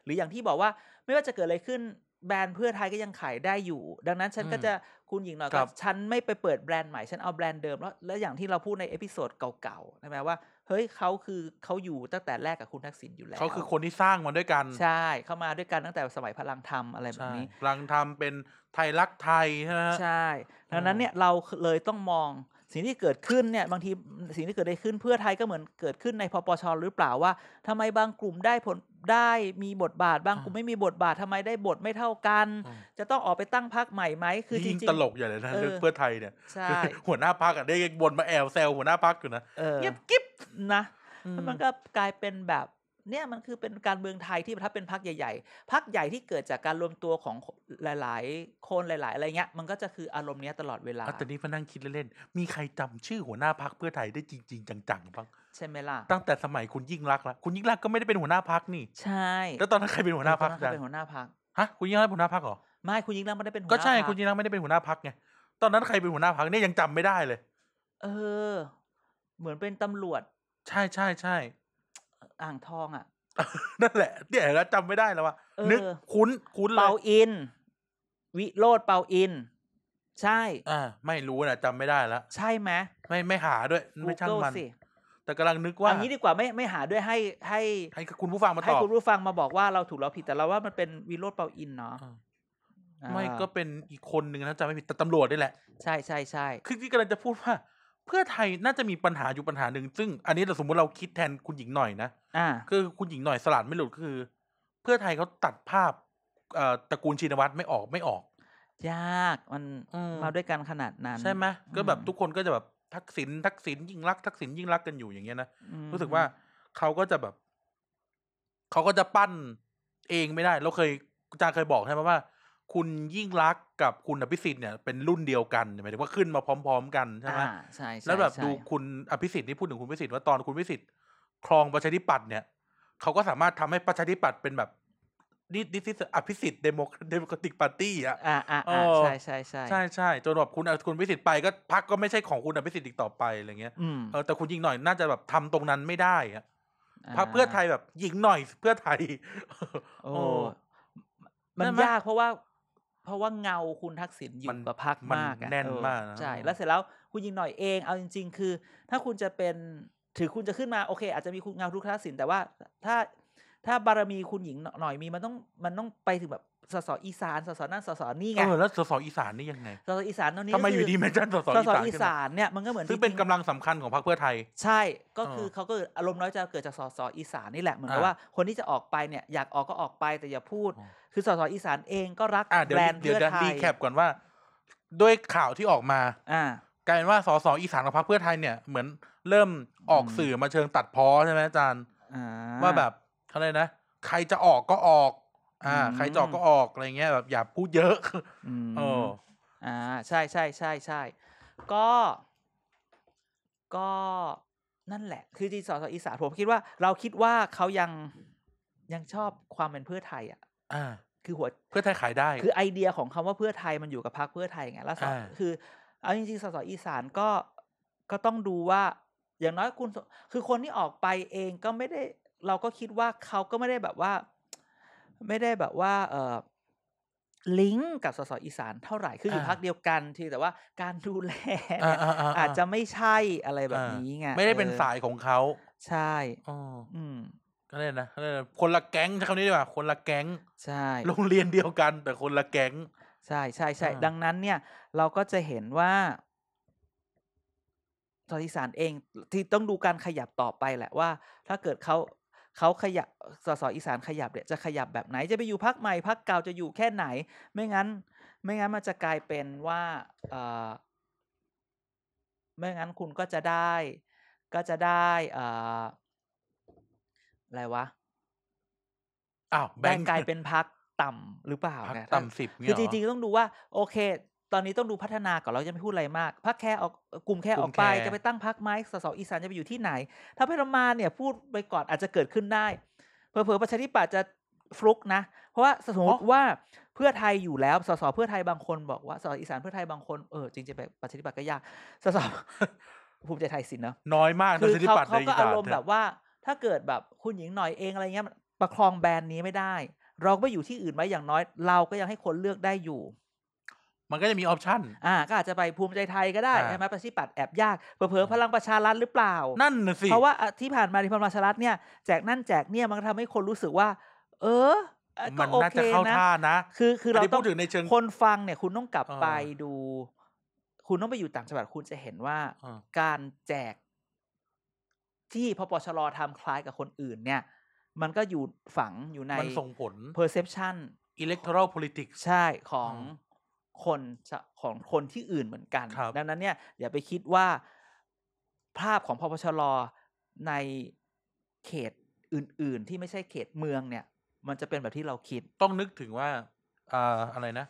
หรืออย่างที่บอกว่าไม่ว่าจะเกิดอะไรขึ้น แบรนด์เพื่อไทยก็ยังขายได้อยู่ ดังนั้นฉันก็
อืม
จะคุณหญิงหน่อย
ค
ก็
รับ
ฉันไม่ไปเปิดแบรนด์ใหม่ ฉันเอาแบรนด์เดิมแล้วและอย่างที่เราพูดในเอพิโซดเก่าๆใช่ไหมว่า เฮ้ยเขาคือเขาอยู่ตั้งแต่แรกกับคุณทักษิณอยู่แล้ว
เขาคือคนที่สร้างมันด้วยกัน
ใช่เข้ามาด้วยกันตั้งแต่สมัยพลังธรรมอะไรแบบ
ใช่
นี้
รังทำเป็นไทยรักไทยใช่ไหมฮะ
ใช่ดังนั้น
อืม
เนี่ยเราเลยต้องมองสิ่งที่เกิดขึ้นเนี่ยบางทีสิ่งที่เกิดได้ขึ้นเพื่อไทยก็เหมือนเกิดขึ้นในพปชหรือเปล่าว่าทำไมบางกลุ่มได้ผลได้มีบทบาท บางกลุ่มไม่มีบทบาททำไมได้บทไม่เท่ากัน
อืม
จะต้องออกไปตั้งพักใหม่ไหมคือจ
ยิ่ง
ริง
ตลกใหญ่เลยนะ
เออ
เรื่องเพื่อไทยเนี่ย
ๆใช่
หัวหน้าพักอะได้บนมาแอลแซวหัวหน้าพักอยู่นะ
เออ
เงียบกิ๊บ
นะ
อืม
มันก็กลายเป็นแบบเนี่ยมันคือเป็นการเมืองไทยที่ถ้าเป็นพักใหญ่ๆพักใหญ่ที่เกิดจากการรวมตัวของหลายๆ คนหลาย ๆ อะไรเงี้ยมันก็จะคืออารมณ์เนี้ยตลอดเวลา
อ่ะแต่นี่มานั่งคิดเล่นๆ มีใครจำชื่อหัวหน้าพักเพื่อไทยได้จริง ๆ จังๆบ้าง
ใช่ไหมล่ะ
ตั้งแต่สมัยคุณยิ่งรักษณ์ละคุณยิ่งรักษณ์ก็ไม่ได้เป็นหัวหน้าพักนี่
ใช่
แล้วตอนนั้นใครเป็นหัวหน้าพัก
ตอ
จ๊ะ
เป็นหัวหน้าพัก
ฮะคุณยิ่งรักษณ์เป็นหัวหน้าพักเหรอ
ไม่คุณยิ่งรักษณ์ไม่ได้เป็นหัวห
ก็
น้า
ใช่
พรร
คุณยิ่งรักษณ์ไม่ได้เป็นหัวหน้าพักไงตอนนั้นใครเป็นหัวหน้าพักเนี่ยยังจำไม่ได้เลย
เออ เหมือนเป็นตำรวจ
ใช่ใช่ใช่
อ่างทองอ่ะ
นั่นแหละเนี่ยแล้วจำไม่ได้แล้วว่า
เออ
นึกคุ้นคุ้นเล
เปาย อิน วิโรดเปาอิน ใช่
อ่าไม่รู้นะจำไม่ได้ละ
ใช่ไหม
ไม่ไม่หาด้วยไม่ช่าง
Google
มัน
สิ
แต่กำลังนึกว่า
เอางี้ดีกว่าไม่ไม่หาด้วยให้ให้
ให้คุณผู้ฟังมา
ให้
ตอบ
คุณผู้ฟังมาบอกว่าเราถูกเราผิดแต่เราว่ามันเป็นวิโรดเปาอินเนาะ
อ่า
อ่า
ไม่ก็เป็นอีกคนนึงนะจำไม่ผิดแต่ตำรวจนี่แหละ
ใช่ใช่ใช่
คือที่กำลังจะพูดว่า เพื่อไทยน่าจะมีปัญหาอยู่ปัญหาหนึ่งซึ่ง อันนี้เราสมมติเราคิดแทนคุณหญิงหน่อยนะ
อ่า
คือคุณหญิงหน่อยสลัดไม่หลุดคือ เพื่อไทยเขาตัดภาพเอ่อตระกูลชินวัตรไม่ออกไม่ออก
ยากมัน
อืม
มาด้วยกันขนาดนั้น
ใช่ไหมก็แบบทุกคนก็จะแบบทักษิณทักษิณยิ่งรักษณ์ทักษิณยิ่งรักษณ์กันอยู่อย่างเงี้ยนะ
อืม
รู้สึกว่าเขาก็จะแบบเขาก็จะปั้นเองไม่ได้ เราเคยอาจารย์เคยบอกใช่ไหมว่า คุณยิ่งรักษณ์กับคุณอภิสิทธิ์เนี่ยเป็นรุ่นเดียวกันหมายถึงว่าขึ้นมาพร้อม ๆ กันใช่ไหม
อ่าใช่ใช่
แล้วแบบ
ใช่
ดูคุณอภิสิทธิ์นี่พูดถึงคุณอภิสิทธิ์ว่าตอนคุณอภิสิทธิ์ครองประชาธิปัตย์เนี่ยเขาก็สามารถทำให้ประชาธิปัตย์เป็นแบบนี่นี่ที่อภิสิทธิ์เดโมเดโมติกปาร์ตี้อ่ะ
อ่าอ่า
เอ
อ่า
อ
ใช่ใช่ใช่
ใช่ใช่จนแบบคุณคุณอภิสิทธิ์ไปก็พักก็ไม่ใช่ของคุณอภิสิทธิ์อีกต่อไปอะไรเงี้ย
อืม
เออแต่คุณยิงหน่อยน่าจะแบบทำตรงนั้นไม่ได้อ่ะพัก
า
เพื่อไทยแบบยิงหน่อยเพื่อไทย
โอ้
โอ้
มัน
นั่นไหม
ยากเพราะว่า เพราะว่าเงาคุณทักษิณอ
มั
ยู่
น
กับพัก
มัน
มากอะ
แน่น
เออ
มากนะ
ใช่
เออ
แล้วเสร็จแล้วคุณยิงหน่อยเอง เอาจริง ๆ คือ ถ้าคุณจะเป็นถือคุณจะขึ้นมาโอเค อาจจะมีคุณเงาทุกทักษิณแต่ว่าถ้าถ้าบารมีคุณหญิงหน่อยมีมันต้องมันต้องไปถึงแบบสสอีสานสสนั่นสสนี่ไง
เออแล้วสสอีสานนี่ยังไง
สสอีสานตอนนี้
ทำไม
ก็คื
อยู่ดีแมนชั่นสส
ส
อี
ส
สาน
อี
ขึ้นมา
สานเนี่ยมันก็เหมือน
ซึ่งเป็น
จริ
กำ
ๆ
ลังสำคัญของพรรคเพื่อไทย
ใช่ ก็คือ
เออ
เขาก็อารมณ์น้อยใจเกิดจากสสอีสานนี่แหละ เหมือนกับ
อ่ะ
ว่าคนที่จะออกไปเนี่ยอยากออกก็ออกไปแต่อย่าพูด
อ๋อ
คือสสอีสานเองก็รัก
อ่ะเดี๋ยว
แบรนด์
เดี๋ย
เพื่อ
ว
ไท
รี
ย
แคปก่อนว่า ด้วยข่าวที่ออกมา
อ่า
กลายเป็นว่าสสอีสานของพรรคเพื่อไทยเนี่ยเหมือนเริ่มออก
อืม
สื่อมาเชิงตัดพ้อใช่ไหมอาจารย์
อ่
ว่าแบบเขาเลยกนะ ใครจะออกก็ออกอ่า
อืม
ใครจะออกก็ออกอะไรเงี้ยแบบอย่าพูดเยอะ
อืม
เออ
อ่า ใช่ใช่ใช่ใช่ก็ ก็นั่นแหละ คือจริงๆสสอีสานผมคิดว่าเราคิดว่าเขายังยังชอบความเป็นเพื่อไทยอ่ะ
อ่า
คือหัว
เพื่อไทยขายได้
คือไอเดียของคำว่าเพื่อไทยมันอยู่กับพรรคเพื่อไทยไงแล้วส
อ่า
คือเอาจริงๆสสอีสานก็ก็ต้องดูว่า อย่างน้อยคุณสคือคนที่ออกไปเองก็ไม่ได้ เราก็คิดว่าเขาก็ไม่ได้แบบว่า ไม่ได้แบบว่า เออลิงก์กับสสอีสานเท่าไหร่คืออยู่พักเดียวกันทีแต่ว่าการดูแล
อ่า
เนี่ย
อ่าอ่า
อาจจะไม่ใช่อะไรแบบนี้ไง
ไม่ได้
ออ
เป็นสายของเขา
ใช่
อ๋อ
อืม
ก็เลยกนะก็เลยกนะคนละแก๊งใช้คำนี้ดีกว่าคนละแก๊ง
ใช่
โรงเรียนเดียวกัน แต่คนละแก๊ง
ใช่ใช่ใช่
อ่า
ดังนั้นเนี่ยเราก็จะเห็นว่าตอนอีสานเองที่ต้องดูการขยับต่อไปแหละว่า ถ้าเกิดเขาเขาขยับสสอีสานขยับเนี่ยจะขยับแบบไหนจะไปอยู่พักใหม่พักเก่าจะอยู่แค่ไหน ไม่งั้น ไม่งั้นมันจะกลายเป็นว่าเออไม่งั้นคุณก็จะได้ ก็จะได้เอออะไรวะ
อ้าวแบ
ได้
งค์
กลายเป็นพักต่ำหรือเปล่า
พัก
เนี่ยถ้า
ต่ำสิบ
คื
เงี้
อยจ
เหรอ
ริงๆ ต้องดูว่า โอเค ตอนนี้ต้องดูพัฒนาก่อนเราจะไม่พูดอะไรมากพักแค่ออกเอ่อกลุ่มแค่
ก
อ
ลุ่
อก
ม
ไป
แค่
จะไปตั้งพักไหมสสอีสานจะไปอยู่ที่ไหน ถ้าพมาเนี่ยพูดไปก่อนอาจจะเกิดขึ้นได้เผลอๆประชาธิปัตย์จะฟลุกนะ เพราะว่าสมมติว่าเพื่อไทยอยู่แล้วสสเพื่อไทยบางคนบอกว่าสสอีสานเพื่อไทยบางคนเออจริงๆจะไปประชาธิปัตย์ก็ยากสส [laughs] ภูมิใจไทยสินเนอะ
น้อยมาก
คือ
ประชธิ
เขา
ปัตย์
เขา
ใน
ก็
อีสน
อารมณ์
เนี่ย
แบบว่า ถ้าเกิดแบบคุณหญิงหน่อยเองอะไรเงี้ยมันประคองแบรนด์นี้ไม่ได้ เราก็ไปอยู่ที่อื่นไหมอย่างน้อย เราก็ยังให้คนเลือกได้อยู่
มันก็จะมีออปชั่น
อ่าก็อาจจะไปภูมิใจไทยก็ได้
อ่า
ใช่ไหมประชาธิปัตย์แอบยากเผลอๆ
อ่า
พลังประชารัฐหรือเปล่า
นั่นน่ะสิ
เพราะว่าอ่ะที่ผ่านมาที่พลังประชารัฐเนี่ยแจกนั่นแจกเนี่ยมันก็ทำให้คนรู้สึกว่า เออเอ่อก็
มัน
โอ
น่า
เค
จะเข้า
นะ
ท่านะ
คือคือเรา
นนี้
ต้อ
พู
ง
ดถึงในเชิง
คนฟังเนี่ยคุณต้องกลับ
เออ
ไปดู คุณต้องไปอยู่ต่างจังหวัดคุณจะเห็นว่า
อ่า
การแจกที่พปชรทำคล้ายกับคนอื่นเนี่ย มันก็อยู่ฝังอยู่ใน
มันส่งผล
perception
electoral politics
ใช่ของ
อืม
คนจะของคนที่อื่นเหมือนกัน
ครับ
ดังนั้นเนี่ยอย่าไปคิดว่าภาพของพปชรในเขตอื่น ๆ ที่ไม่ใช่เขตเมืองเนี่ย มันจะเป็นแบบที่เราคิด
ต้องนึกถึงว่าอ่าอะไรนะ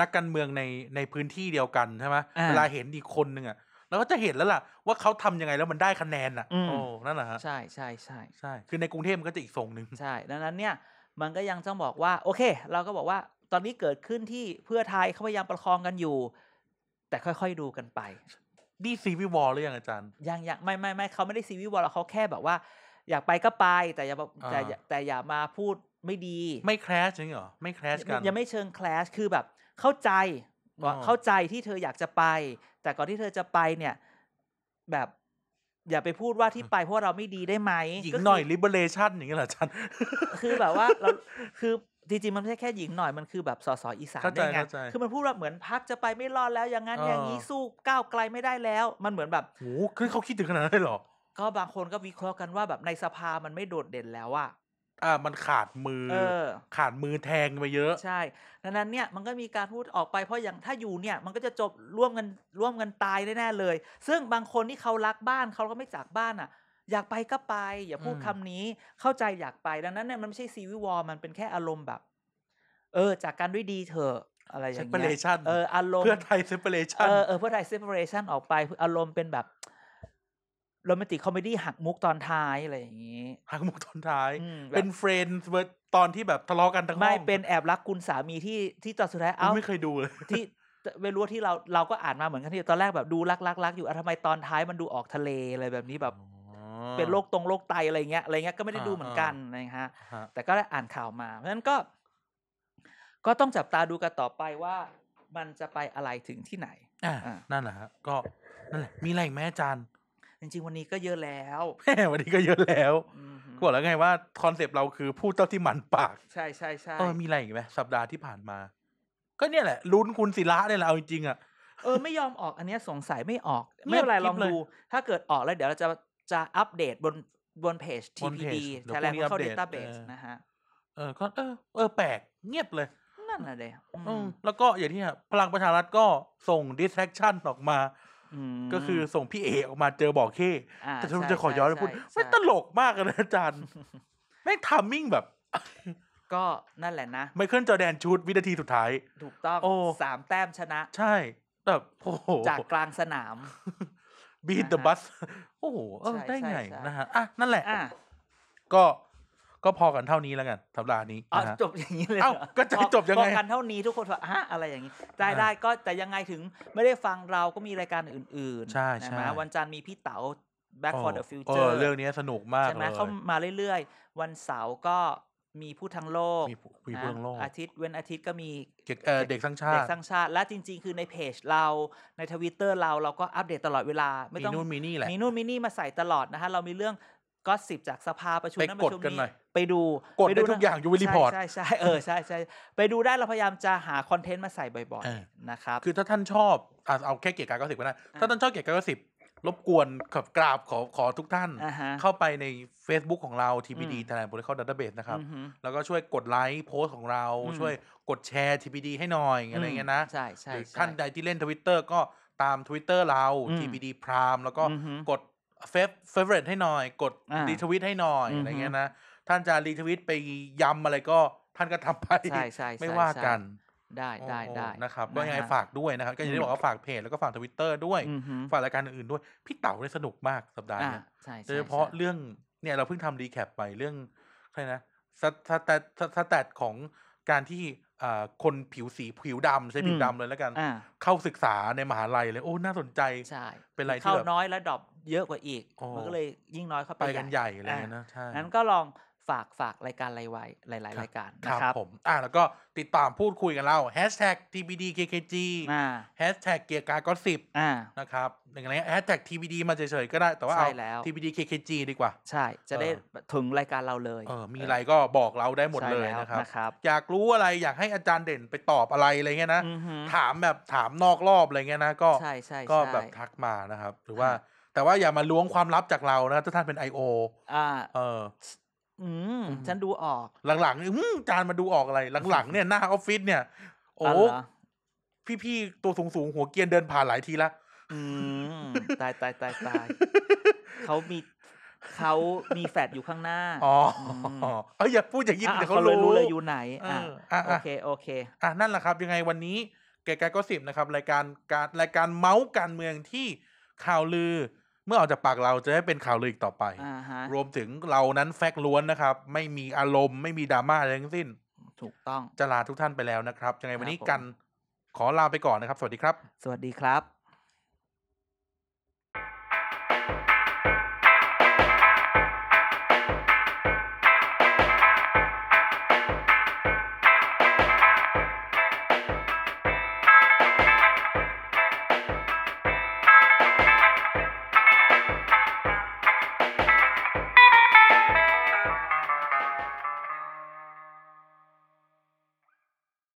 นักการเมืองในในพื้นที่เดียวกันใช่ไหม
อ่า
เวลาเห็นอีกคนหนึ่งอ่ะเราก็จะเห็นแล้วล่ะ ว่าเขาทำยังไงแล้วมันได้คะแนนอ่ะ
อืม
โอ้นั่นแหละฮะ
ใช่ใช่ใช่
ใช่ คือในกรุงเทพมันก็จะอีกทรงหนึ่ง
ใช่ ดังนั้นเนี่ย มันก็ยังต้องบอกว่า โอเค เราก็บอกว่า ตอนนี้เกิดขึ้นที่เพื่อไทยเขาพยายามประคองกันอยู่ แต่ค่อยๆดูกันไป
นี่ซีวิวอลหรือยังอาจารย์
ยังยังไม่ไม่ไม่เขาไม่ได้ซีวิวอลเขาแค่แบบว่า อยากไปก็ไป แต่อย่าแบบ
อ่า
แต่อย่าแต่อย่ามาพูดไม่ดี
ไม่แครชจริงเหรอ ไม่แครชกัน
ยังไม่เชิงแคลชคือแบบเข้าใจว่า
อ๋อ
เข้าใจที่เธออยากจะไป แต่ก่อนที่เธอจะไปเนี่ย แบบ อย่าไปพูดว่าที่ไปเพราะว่าเราไม่ดีได้ไหม
หญิง
ก็คื
หน่อย liberation อย่างเงี้ยเหรออาจารย์
คือแบบว่า [laughs] เราคือจริงๆ มันไม่ใช่แค่หญิงหน่อยมันคือแบบสสอีสาน
เข้าใจ
ได้ไง
เข้าใจ
คือมันพูดว่าเหมือนพักจะไปไม่รอดแล้วอย่างนั้น
เออ
อ
อ
ย่างนี้สู้ก้าวไกลไม่ได้แล้ว มันเหมือนแบบ
โหคือเขาคิดถึงขนาดนั้นเลยเหรอ
ก็บางคนก็วิเคราะห์กันว่าแบบในสภามันไม่โดดเด่นแล้วอะ
อ่า มันขาดมือ
เออ
ขาดมือแทงไปเยอะ
ใช่ดังนั้นเนี่ยมันก็มีการพูดออกไปเพราะอย่างถ้าอยู่เนี่ย มันก็จะจบร่วมกันร่วมกันตายแน่ๆเลย ซึ่งบางคนที่เขารักบ้านเขาก็ไม่จากบ้านอ่ะ อยากไปก็ไป อย่าพูด
อืม
คำนี้เข้าใจอยากไปดังนั้นเนี่ยมันไม่ใช่ซีวิวอมันเป็นแค่อารมณ์แบบ เออ จากกันด้วยดีเถอะอะไรอย่างเงี้ย
separation
เอออารมณ์
เพื่อไทย separation
เออเออเพื่อไทยเซปเรชันออกไปอารมณ์เป็นแบบโรแมนติกคอมเมดี้หักมุกตอนท้ายอะไรอย่างงี้
หักมุกตอนท้าย
อืมแบบ
เป็น friends เวอร์ตอนที่แบบทะเลาะกันทั้งห้อง
ไม่เป็นแอบรักคุณสามีที่ที่ตอนสุดท้าย
อุ๊
เอ้า
ยไม่เคยดูเลย
ที่ไม่รู้ว่าที่เราเราก็อ่านมาเหมือนกันที่ตอนแรกแบบดูรักรักรักอยู่อะทำไมตอนท้ายมันดูออกทะเลอะไรแบบนี้แบบเป็นโรคตรงโรคไตอะไรเงี้ยอะไรเงี้ยก็ไม่ได้
อ่า
ดูเหมือน
อ่า
กั
กั
นนะฮะ
ฮะ
แต่ก็ได้อ่านข่าวมา เพราะฉะนั้นก็ ก็ต้องจับตาดูกันต่อไปว่า มันจะไปอะไรถึงที่ไหน
อ่ะ
อ่ะ
นั่นแหละฮะก็นั่นแหละมีอะไรอีกไหมอาจารย์ [laughs]
จริงๆวันนี้ก็เยอะแล้ว
แม่วันนี้ก็เยอะแล้ว
อืมฮึ
ก็บอกแล้วไงว่าคอนเซปต์เราคือพูดเท่าที่หมันปาก
ใช่ใช่ใช่
เออมีอะไรอีกไหมสัปดาห์ที่ผ่านมา ก็เนี่ยแหละลุ้นคุณศิระเนี่ยแหละเอาจริงๆอ่ะ
เออไม่ยอมออกอันเนี้ยสงสัยไม่ออก
เงี
ไม่
ยบ
เป็นไร
กริบ
ลอง
เลย
ดู ถ้าเกิดออกแล้วเดี๋ยวเราจะจะอัปเดตบนบนเพจ
บนเพจ
TPD
เดี๋ยวพรุ่ง
Thailand
นี้อัป
Local
เดต
Database
เออ
นะฮะ
เออก็เออเออแปลกเงียบเลย
นั่นน่ะเดะ
อื
อื
ม
ม
แล้วก็อย่างที่ฮะพลังประชารัฐก็ส่ง distraction ออกมา
ม
ก็คือส่งพี่เอออกมาเจอบอกเข้
า
แต่ทุก
ใช่
จะขอย้อนไป
ใช่
พูด
ใช่
ไม่งตลกมากเลยนะอาจารย์ แม่งทัมมิ่งแบบ
ก็นั่นแหละนะ
ไมเคิลจอร์แดนชูดวินาทีสุดท้าย
ถูกต้อง
โอ้
สามแต้มชนะ
ใช่แบบโอ้โห
จากกลางสนาม
บีดเดอะ
นะฮะ
บัสโอ้โหเออ
ใช่
ได้ไง
ใช่
นะฮะอ่ะนั่ [laughs] นแหละ
อ่ะ
ก็ก็พอกันเท่านี้แล้วกันสัปดาห์นี้
อ๋อ
นะฮะ
จบอย่างนี้เลย
เอ้า
หร
ก็จะ
พอ
จบยังไง
พอกันเท่านี้ทุกคนแบบฮะอะไรอย่างนี้ได้
อ่า
ได้ก็แต่ยังไงถึงไม่ได้ฟังเราก็มีรายการอื่นๆ
ใช่
นะ
ใช่
ฮะวันจันทร์มีพี่เต๋า Back
โอ้
for the
เอ
Future
อเรื่องนี้สนุกมาก
ใช่ไห
เล
ม
ย
เข้ามาเรื่อยๆ วันเสาร์ก็มีผู้ทั้งโลก
มีผู้มีเรื่องโลก
นะอาทิตย์เว้นอาทิตย์ก็มี
เด็กเอ่อเด็กสร้างชา
เด็ก
ติ
สร้างชาติและจริง ๆ คือในเพจเราในทวิตเตอร์เราเราก็อัปเดตตลอดเวลา ไม่
มี
ต้อง
นู่นมีนี่แหละ
มีนู่นมีนี่มาใส่ตลอดนะฮะ เรามีเรื่องก็สิบจากสภาประชุม
ไป
นั้นป
กด
ระชุม
กันหน่อย
ไปดู
กด
ป
ได้ทุกอย่างอยู่ในรีพอร์ต
ใช่ใช่ใช่เออใช่ใช่ไปดูได้เราพยายามจะหาคอนเทนต์มาใส่บ่อย
เออ
ๆนะครับ
คือถ้าท่านชอบอ่ะเอาแค่เกียรติการเก้าสิบก็ได้ถ้าท่านชอบเกียรติการเก้าสิบรบกวนขับกราบขอขอทุกท่าน
อ่าฮะ
เข้าไปใน Facebook ของเรา TPD
อืม
Thailand Political Database นะครับ
อือหือ
แล้วก็ช่วยกดไลค์โพสต์ของเรา
อืม
ช่วยกดแชร์ TPD ให้หน่อยอะไรเงี้ยนะ
ใช่ใช่
หรือ
ใช่
ท่านใดที่เล่น Twitter ก็ตาม Twitter เรา
อืม
TPD Prime แล้วก็
อือหือก
ดเฟเฟเวอร์ให้หน่อย กด
อ่า
รีทวิตให้หน่อย
อือหืออ
อะไรเงี้ยนะ ท่านจะรีทวิตไปยำอะไรก็ท่านก็ทำไป
ใช่ใช่
ไม่
ใช่
ว่า
ใช่
กัน
ได้ได้
โอ้โห
ได้
นะครับก็ยังไง
ฮะ
ฝากด้วยนะครับ ก็อย่าง
อื
ที่
ม
บอกว่าฝากเพจแล้วก็ฝากทวิตเตอร์ด้วย
อือหือ
ฝากรายการอื่นๆด้วย พี่เต๋าเนี่ยสนุกมากสัปดาห์
อ่า
เนี้ย
ใช่ใช่
โดยเฉพาะ
ใช่
เรื่องเนี่ยเราเพิ่งทำรีแคปไปเรื่องใช่นะสสแตทสแตทของการที่อ่าคนผิวสีผิวดำใช้ผิว
อืม
ดำเลยแล้วกัน
อ่า
เข้าศึกษาในมหาลัยเลย โอ้น่าสนใจ
ใช่
เป็นอะไรที่
เข้า
แบบ
น้อยแล้วดรอปเยอะกว่าอีก
โอ้
มันก็เลยยิ่งน้อยเข้าไป
ไป
ให
กั
ญ่
นใหญ่อะไร
อ่ะ
เงี้ยนะใช่
นั้นก็ลอง ฝากฝากรายการอะไรไว้หลาย ๆ รายการ
ค
นะค
รั
รั
บบ ผม อ่ะแล้วก็ติดตามพูดคุยกันเรา hashtag tbdkkg
อ่า
hashtag เกียร์การก็สิบ
อ่า
นะครับอย่างไร hashtag tbd มาเฉยๆก็ได้ แต่ว่าเอา
ใช่แล้ว
tbdkkg ดีกว่า
ใช่ จะได้ถึงรายการเราเลย
เออ มีอะไรก็บอกเราได้หมด
ใช่
เลย
แว
นะครับ
นะครับ
อยากรู้อะไรอยากให้อาจารย์เด่นไปตอบอะไรอะไรเงี้ยนะ
อือฮึ
ถามแบบถามนอกรอบอะไรเงี้ยนะ ก็
ใช่ใช่
ก็
ใช่
แบบทักมานะครับ หรือว่า
ฮะ
แต่ว่าอย่ามาล้วงความลับจากเรานะ ถ้าท่านเป็น I.O.
อ่า
เออ
อืม
อือฮึ
ฉันดูออก
หลังๆนี่อื้อจานมาดูออกอะไร หลังๆ เนี่ยหน้าออฟฟิศเนี่ย โอ้
าวเหร
พี่ๆตัวสูงๆหัวเกรียนเดินผ่านหลายทีละ
อืม ตายตายตาย
[laughs]
ตายเขามีเขามีแฟดอยู่ข้างหน้า
อ๋อ
อืม
เอ้ยอย่าพูดอย่างนี้
อ่ะ
เดี๋ยว
เขา
เขา
เลยรู้
รู้
เลยอยู่ไหน
เอ
อ่ะ
อ
โอ
อ่ะอ่ะ
เคโอเค
อ่ะนั่นแหละครับ ยังไงวันนี้แกแกก็สิบนะครับ รายการการรายการเมาส์การเมืองที่ข่าวลือ เมื่อออกจากปากเราจะได้เป็นข่าวลืออีกต่อไป
อ่าฮะ
รวมถึงเรานั้นแฟกต์ล้วนนะครับ ไม่มีอารมณ์ไม่มีดราม่าอะไรทั้งสิ้น
ถูกต้อง
จะลาทุกท่านไปแล้วนะครับยังไงวันนี้
ครับผม
กันขอลาไปก่อนนะครับ สวัสดีครับ
สวัสดีครับ